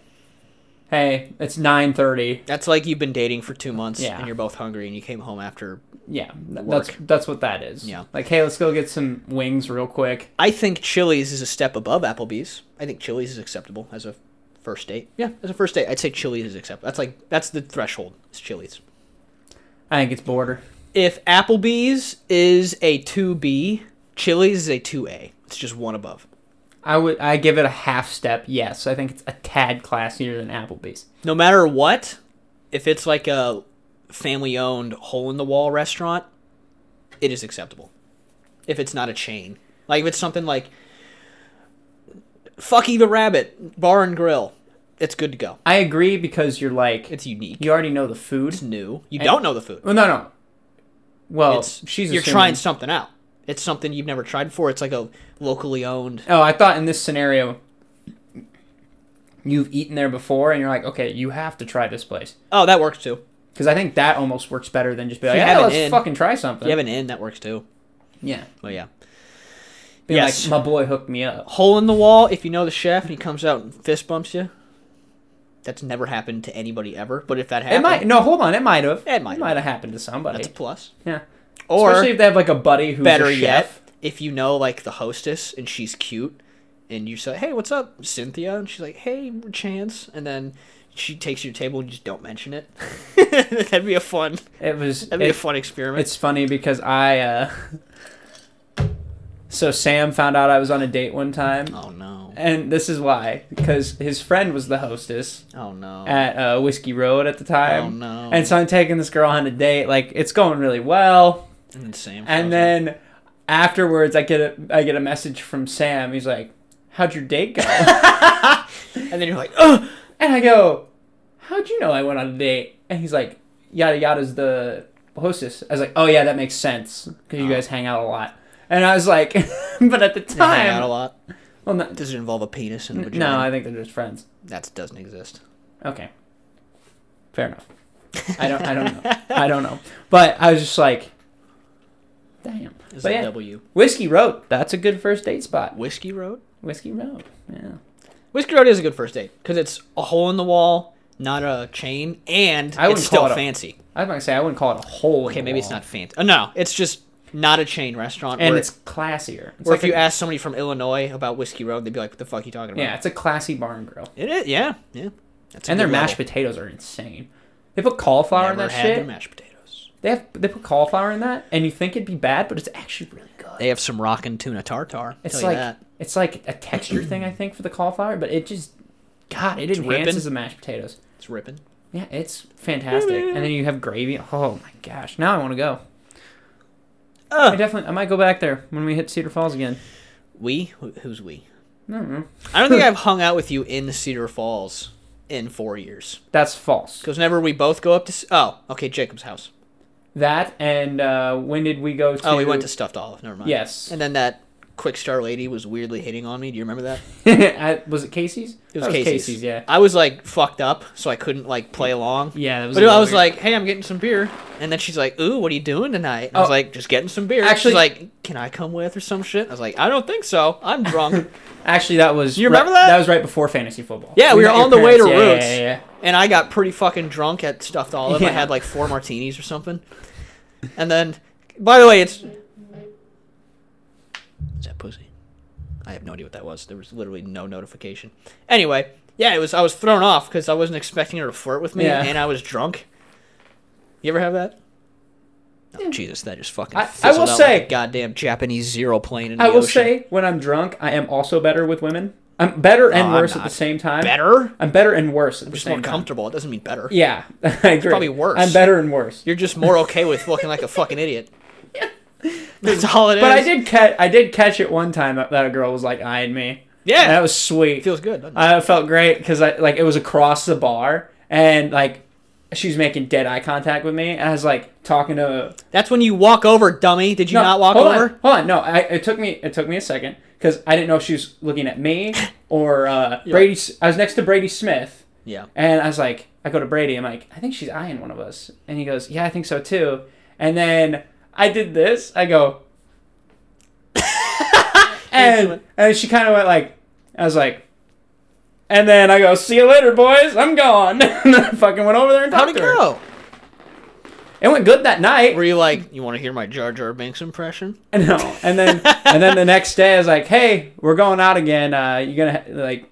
A: hey, it's nine thirty.
B: That's like you've been dating for two months
A: Yeah.
B: and you're both hungry and you came home after.
A: Yeah, th-
B: Work.
A: that's that's what that is.
B: Yeah.
A: Like, hey, let's go get some wings real quick.
B: I think Chili's is a step above Applebee's. I think Chili's is acceptable as a first date. Yeah, as a first date, I'd say Chili's is acceptable. That's like that's the threshold. It's Chili's.
A: I think it's border.
B: If Applebee's is a two B, Chili's is a two A. It's just one above.
A: I would I give it a half step. Yes, I think it's a tad classier than Applebee's.
B: No matter what, if it's like a family owned hole in the wall restaurant, it is acceptable. If it's not a chain. Like if it's something like Fucky the Rabbit, Bar and Grill, it's good to go.
A: I agree because you're like
B: It's unique.
A: you already know the food.
B: It's new. You don't know the food.
A: Well, no, no. Well,
B: It's
A: she's
B: you're
A: assuming-
B: trying something out. It's something you've never tried before. It's like a locally owned
A: Oh, I thought in this scenario, you've eaten there before, and you're like, okay, you have to try this place
B: Oh, that works too.
A: because I think that almost works better than just be like,
B: you
A: yeah,
B: have an
A: let's
B: inn-
A: fucking try
B: If
A: something.
B: you have an inn, that works too.
A: yeah,
B: But yeah.
A: Being
B: Yes.
A: like my boy hooked me up.
B: hole in the wall if you know the chef and he comes out and fist bumps you. That's never happened to anybody ever, but if that happened,
A: It might no, hold on, it might have.
B: It might have.
A: might have happened to somebody.
B: that's a plus.
A: yeah,
B: Or
A: especially if they have like a buddy who's
B: better
A: a chef.
B: yet, if you know like the hostess and she's cute and you say, "Hey, what's up, Cynthia?" and she's like, "Hey, Chance," and then she takes your table and you just don't mention it. <laughs> that'd be a fun.
A: It was.
B: That'd be a
A: it-
B: fun experiment.
A: It's funny because I. uh <laughs> So Sam found out I was on a date one time,
B: oh no.
A: and this is why because his friend was the hostess.
B: Oh no.
A: at uh, Whiskey Road at the time.
B: Oh, no.
A: And so I'm taking this girl on a date. Like it's going really well.
B: and then Sam. shows up.
A: And then afterwards, I get a I get a message from Sam. He's like, "How'd your date go?"
B: and then you're like, "Oh,
A: and I go, "How'd you know I went on a date?" And he's like, "Yada yada's the hostess." I was like, "Oh yeah, that makes sense because you
B: Oh.
A: guys hang out a lot." And I was like, <laughs> "But at the
B: they hang out a
A: time,
B: lot.
A: well, not,
B: Does it involve a penis and a vagina?
A: no, I think they're just friends."
B: that doesn't exist.
A: Okay. Fair enough. I don't I don't
B: <laughs>
A: know. I don't know. But I was just like Damn.
B: Is
A: But
B: a
A: yeah.
B: W?
A: Whiskey Road. That's a good first date spot.
B: Whiskey Road.
A: Whiskey Road. Yeah.
B: Whiskey Road is a good first date because it's a hole in the wall, not a chain, and
A: I
B: it's
A: wouldn't
B: still
A: call it a-
B: fancy.
A: I was going to say I wouldn't call it a hole. in
B: okay,
A: the
B: maybe it's
A: wall.
B: not fancy. Oh, no, it's just not a chain restaurant.
A: And
B: where,
A: it's classier. It's
B: where
A: like
B: if you
A: a-
B: ask somebody from Illinois about Whiskey Road, they'd be like, "What the fuck are you talking about?"
A: Yeah, it's a classy bar and grill.
B: it is. Yeah, yeah. That's a
A: And their
B: good
A: mashed
B: level.
A: potatoes are insane. They put cauliflower in
B: Never
A: that
B: had their
A: shit.
B: mashed potatoes.
A: They have they put cauliflower in that and you think it'd be bad, but it's actually really good.
B: They have some rockin' tuna tartar.
A: It's
B: tell you
A: like
B: that.
A: it's like a texture thing, I think, for the cauliflower, but it just God, it
B: ripping.
A: enhances the mashed potatoes.
B: it's ripping.
A: Yeah, it's fantastic. and then you have gravy. Oh my gosh! Now I want to go. I
B: Ugh.
A: definitely I might go back there when we hit Cedar Falls again.
B: we? Who- Who's we?
A: mm
B: I don't think I've hung out with you in Cedar Falls in four years.
A: That's false.
B: Because whenever we both go up to, s- oh, okay, Jacob's house.
A: That and uh, when did we go to?
B: Oh, we went
A: <laughs>
B: to Stuffed Olive. Never mind.
A: Yes.
B: And then that quick star lady was weirdly hitting on me. Do you remember that?
A: I- was it Casey's?
B: It
A: That
B: was Casey's.
A: yeah.
B: I was like fucked up, so I couldn't like play along.
A: Yeah, that was.
B: But
A: a
B: I
A: little
B: was
A: weird.
B: like, "Hey, I'm getting some beer," and then she's like, "Ooh, what are you doing tonight?" And I was
A: Oh.
B: like, "Just getting some beer."
A: Actually-
B: Actually, she's like, "Can I come with or some shit?" I was like, "I don't think so.
A: <laughs>
B: I'm drunk."
A: actually, that was.
B: You remember
A: right-
B: that?
A: That was right before fantasy football.
B: Yeah, we
A: met
B: were
A: your
B: on the way
A: parents.
B: to
A: Yeah,
B: Roots.
A: Yeah, yeah,
B: and I got pretty fucking drunk at Stuffed Olive.
A: Yeah.
B: I had like four martinis or something. And then, by the way, it's. Is that pussy? I have no idea what that was. There was literally no notification. Anyway, yeah, it was. I was thrown off because I wasn't expecting her to flirt with me,
A: Yeah.
B: and I was drunk. You ever have that? Oh,
A: Yeah.
B: Jesus, that just fucking.
A: I- I
B: fizzled
A: will
B: out
A: say-
B: like a goddamn Japanese zero plane in the
A: I will
B: ocean.
A: say, when I'm drunk, I am also better with women. I'm better and
B: No, I'm
A: worse at the
B: not.
A: same time.
B: Better?
A: I'm better and worse at the
B: Just
A: same
B: more
A: time.
B: comfortable. It doesn't mean better.
A: Yeah, <laughs> I agree.
B: probably worse.
A: I'm better and worse.
B: You're just more okay with looking like a
A: <laughs>
B: fucking idiot. That's all it is.
A: But I did catch. I did catch it one time that, that a girl was like eyeing me.
B: Yeah.
A: And that was sweet.
B: Feels good, doesn't it?
A: I felt great because I like it was across the bar and like she was making dead eye contact with me. And I was like talking to.
B: That's when you walk over, dummy. Did you
A: No,
B: not walk
A: hold
B: over?
A: On, hold on, no. I, it took me. It took me a second because I didn't know if she was looking at
B: <laughs>
A: me or uh, Brady. S- I was next to Brady Smith.
B: Yeah.
A: And I was like, I go to Brady. I'm like, I think she's eyeing one of us. And he goes, Yeah, I think so too. And then I did this. I
B: <laughs>
A: go, and and she kind of went like, I was like, and then I go, See you later, boys. I'm gone. <laughs> and then I fucking went over there and talked
B: How'd it
A: to her.
B: go?
A: It went good that night.
B: Were you like, you want to hear my Jar Jar Binks impression?
A: <laughs> No. And then and then the next day, I was like, Hey, we're going out again. Uh, you gonna ha- like,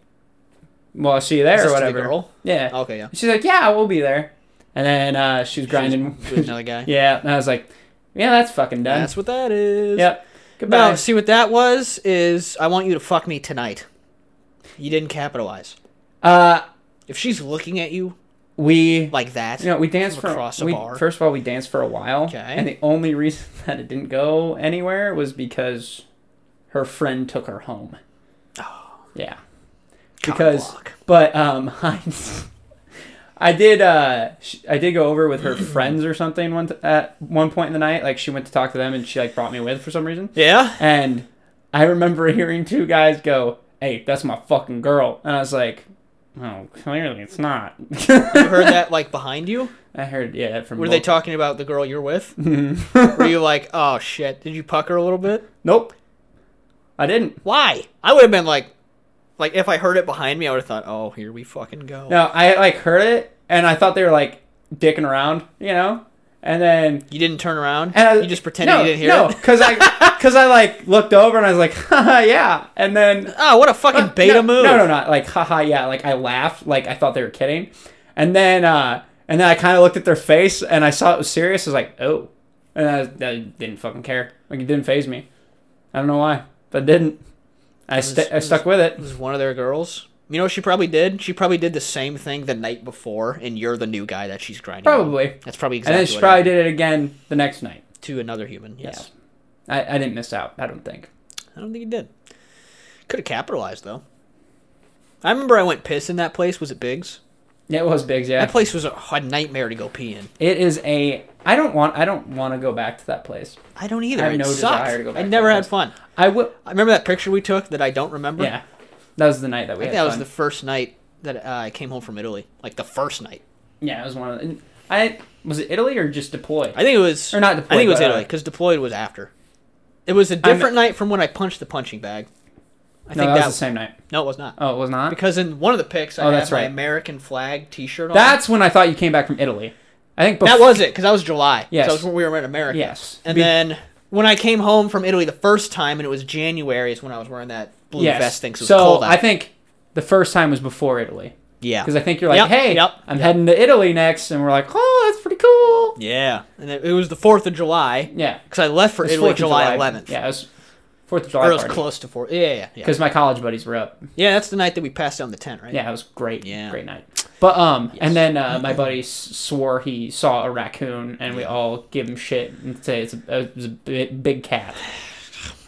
A: well, I'll see you there
B: Is
A: or
B: this to the
A: whatever.
B: girl? Oh.
A: Yeah.
B: Okay, yeah.
A: She's like, yeah, we'll be there. And then uh, she was grinding.
B: With another guy.
A: <laughs> yeah, and I was like, yeah, that's fucking done.
B: That's what that is.
A: yep. Goodbye.
B: No, see what that was is I want you to fuck me tonight. You didn't capitalize.
A: uh,
B: If she's looking at you
A: we
B: like that,
A: you know we danced
B: from
A: for
B: across a
A: we,
B: bar.
A: First of all, we danced for a while,
B: Okay.
A: and the only reason <laughs> that it didn't go anywhere was because her friend took her home. Oh. Yeah.
B: cock
A: because
B: block.
A: but um <laughs> I, I did uh sh- I did go over with her friends or something one t- at one point in the night like she went to talk to them and she like brought me with for some reason
B: yeah,
A: and I remember <laughs> hearing two guys go hey that's my fucking girl and I was like oh clearly it's not <laughs>
B: you heard that like behind you.
A: I heard yeah that from
B: Were they
A: both-
B: talking about the girl
A: <laughs>
B: you're with? Were you like, oh shit? Did you pucker a little bit?
A: nope I didn't
B: Why? I would have been like, like if I heard it behind me, I would have thought, oh, here we fucking go.
A: no I like heard it and I thought they were like dicking around you know and then
B: You didn't turn around.
A: And I,
B: you just pretended
A: no,
B: you didn't hear
A: no,
B: it. <laughs>
A: because I because I like looked over and I was like, haha, yeah, and then
B: Oh, what a fucking beta
A: Uh, no,
B: move!
A: No, no, not like haha, yeah, like I laughed, like I thought they were kidding, and then uh and then I kind of looked at their face and I saw it was serious. I was like, oh, and I, I didn't fucking care. Like it didn't phase me. I don't know why, but it didn't. I,
B: was-
A: st-
B: it
A: I
B: was-
A: stuck with it.
B: It was one of their girls. You know what she probably did? She probably did the same thing the night before, and you're the new guy that she's grinding. on.
A: Probably.
B: That's probably exactly.
A: And then she
B: what
A: probably
B: happened
A: did it again the next night.
B: to another human. Yes.
A: I, I didn't miss out. I don't think.
B: I don't think he did. Could have capitalized though. I remember I went piss in that place. Was it Biggs?
A: Yeah, it was Biggs. Yeah,
B: That place was a, a nightmare to go pee in.
A: It is a. I don't want. I don't want to go back to that place.
B: I don't either.
A: I have
B: it
A: no
B: sucked.
A: desire to go back
B: I
A: to
B: never
A: that
B: had
A: place.
B: fun.
A: I will.
B: I remember that picture we took that I don't remember.
A: Yeah, that was the night that we
B: I think
A: had
B: that was
A: fun.
B: the first night that uh, I came home from Italy. Like the first night.
A: yeah, it was one of. The, I was it Italy or just deployed?
B: I think it was
A: Or not
B: I think
A: deployed,
B: it was
A: but, uh,
B: Italy because deployed was after. It was a different night from when I punched the punching bag. I
A: no,
B: think
A: that
B: that,
A: was the same night.
B: No, it was not.
A: Oh, it was not.
B: Because in one of the pics, I
A: Oh,
B: had
A: that's
B: my
A: right.
B: American flag T-shirt on.
A: That's when I thought you came back from Italy. I think bef-
B: that was it because that was July.
A: Yes.
B: that was when we were in America.
A: Yes.
B: and
A: Be-
B: then when I came home from Italy the first time, and it was January, is when I was wearing that blue
A: yes.
B: vest thing. So, it was
A: so
B: cold out.
A: I think the first time was before Italy
B: yeah,
A: because I think you're like,
B: Yep,
A: hey,
B: yep,
A: I'm heading to Italy next, and we're like, oh, that's pretty cool.
B: yeah, and then it was the Fourth of July
A: Yeah,
B: because I left for
A: It was
B: Italy
A: 4th of
B: July eleventh.
A: Yeah, it was Fourth of July
B: or it was
A: party.
B: close to fourth. Yeah, yeah, yeah.
A: because my college buddies were up.
B: Yeah, that's the night that we passed down the tent, right?
A: Yeah, it was great.
B: Yeah.
A: Great night. But um, and then uh,
B: <clears throat>
A: my buddy s- swore he saw a raccoon, and we all give him shit and say it's a, it was a bi- big
B: <sighs>
A: cat.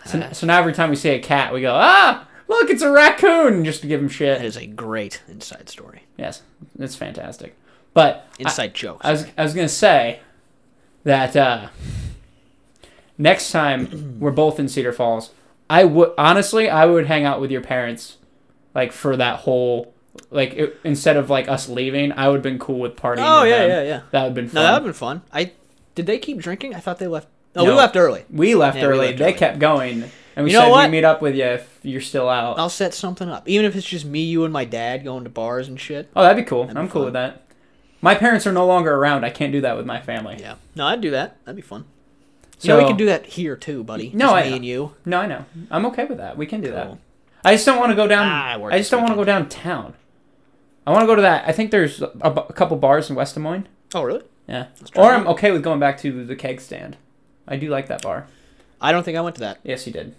A: So, n- so now every time we see a cat, we go ah, look, it's a raccoon, just to give him
B: That
A: shit.
B: is a great inside story.
A: Yes, it's fantastic. But I,
B: Inside jokes.
A: I was I was gonna say that uh, next
B: <clears throat>
A: time we're both in Cedar Falls, I would honestly I would hang out with your parents, like for that whole like it, instead of like us leaving, I would have been cool with partying.
B: Oh,
A: with
B: yeah,
A: them.
B: yeah, yeah.
A: That would have been
B: no,
A: fun.
B: that would have been fun. I did they keep drinking? I thought they left. No, we
A: No.
B: left early.
A: we left
B: Yeah, we
A: early.
B: left
A: they
B: early.
A: kept going, and we
B: You know
A: said
B: what?
A: we meet up with you if you're still out.
B: I'll set something up, even if it's just me, you, and my dad going to bars and shit.
A: oh, that'd be cool.
B: be
A: I'm cool
B: fun.
A: with that. My parents are no longer around. I can't do that with my family.
B: Yeah, no, I'd do that. That'd be fun. So
A: So
B: we could do that here too, buddy.
A: No,
B: Just
A: I
B: me
A: know.
B: and you.
A: No, I know. I'm okay with that. We can do that.
B: Cool.
A: I just don't want to go down.
B: Ah, I work
A: I, just
B: this
A: don't want to go downtown. I want to go to that. I think there's a, bu- a couple bars in West Des Moines.
B: Oh, really?
A: Yeah.
B: try
A: Or
B: that.
A: I'm okay with going back to the keg stand. I do like that bar.
B: I don't think I went to that.
A: Yes, you did.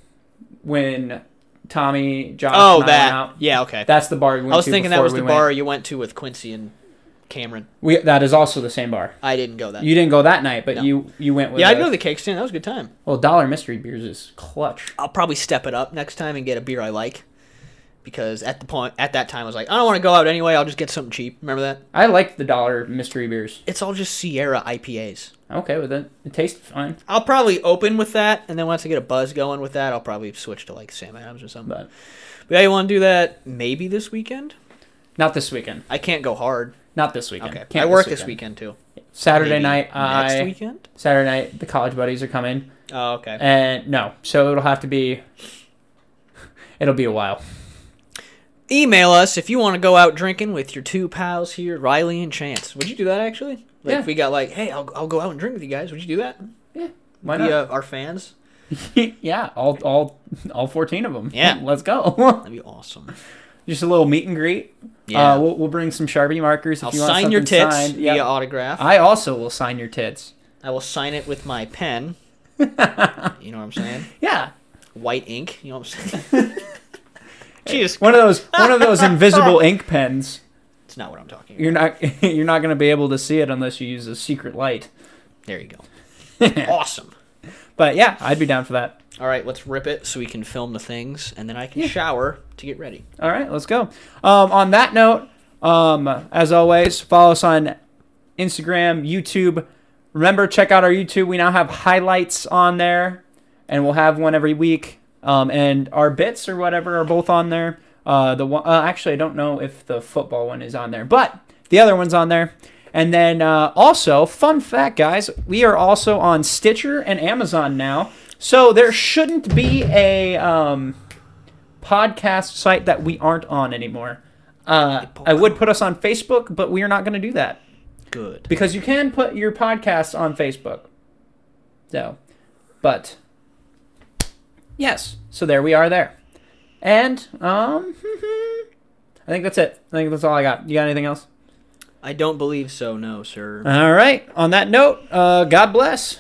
A: When Tommy, Josh,
B: Oh,
A: and Uh, I
B: that.
A: went out.
B: Yeah, okay.
A: That's the bar we went
B: I was
A: to
B: thinking that
A: before
B: was
A: we
B: the
A: went.
B: bar you went to with Quincy and Cameron.
A: We that is also the same bar.
B: I didn't go that.
A: You didn't go that night, but
B: No.
A: you you went with.
B: yeah, I'd
A: us.
B: go to the cake stand. That was a good time.
A: Well, Dollar Mystery Beers is clutch.
B: I'll probably step it up next time and get a beer I like. Because at the point at that time I was like, I don't want to go out anyway, I'll just get something cheap. Remember that?
A: I like the Dollar Mystery Beers.
B: It's all just Sierra IPAs.
A: Okay, with it, it tastes fine,
B: I'll probably open with that, and then once I get a buzz going with that, I'll probably switch to like Sam Adams or something.
A: but
B: But yeah, you want to do that maybe this weekend?
A: not this weekend.
B: I can't go hard.
A: Not this weekend.
B: Okay.
A: Can't
B: I work this weekend, too.
A: Saturday
B: Maybe
A: night,
B: Next
A: I
B: weekend?
A: Saturday night the college buddies are coming,
B: Oh, okay.
A: and no, so it'll have to be. It'll be a while.
B: Email us if you want to go out drinking with your two pals here, Riley and Chance. Would you do that actually? Like
A: Yeah.
B: if we got like, hey, I'll, I'll go out and drink with you guys. Would you do that?
A: Why not?
B: Via our fans?
A: <laughs> yeah, all all all fourteen of them.
B: Yeah.
A: let's go. <laughs>
B: That'd be awesome.
A: Just a little meet and greet.
B: Yeah.
A: Uh, we'll, we'll bring some Sharpie markers if
B: I'll
A: you want
B: sign your
A: something
B: tits
A: signed.
B: via
A: Yep. Uh,
B: autograph. I-,
A: I also will sign your tits.
B: will sign it with
A: <laughs>
B: my pen. you know what I'm saying?
A: Yeah.
B: White ink. You know what I'm saying? Jesus,
A: One of those one of
B: <laughs>
A: those invisible ink pens.
B: it's not what I'm talking about.
A: You're not <laughs> you're not going to be able to see it unless you use a secret light.
B: There you go. awesome.
A: But yeah, I'd be down for that.
B: All right, let's rip it so we can film the things, and then I can shower to get ready.
A: All right, let's go. Um, on that note, um, as always, follow us on Instagram, YouTube. Remember, check out our YouTube. We now have highlights on there, and we'll have one every week. Um, and our bits or whatever are both on there. Uh, the one, uh, actually, I don't know if the football one is on there, but the other one's on there. And then uh, also, fun fact, guys, we are also on Stitcher and Amazon now. So there shouldn't be a um, podcast site that we aren't on anymore. Uh, I would put us on Facebook, but we are not going to do that
B: Good.
A: because you can put your podcasts on Facebook. So, but yes, so there we are there, and um, <laughs> I think that's it. I think that's all I got. You got anything else?
B: I don't believe so, no, sir.
A: All right. On that note, uh, God bless.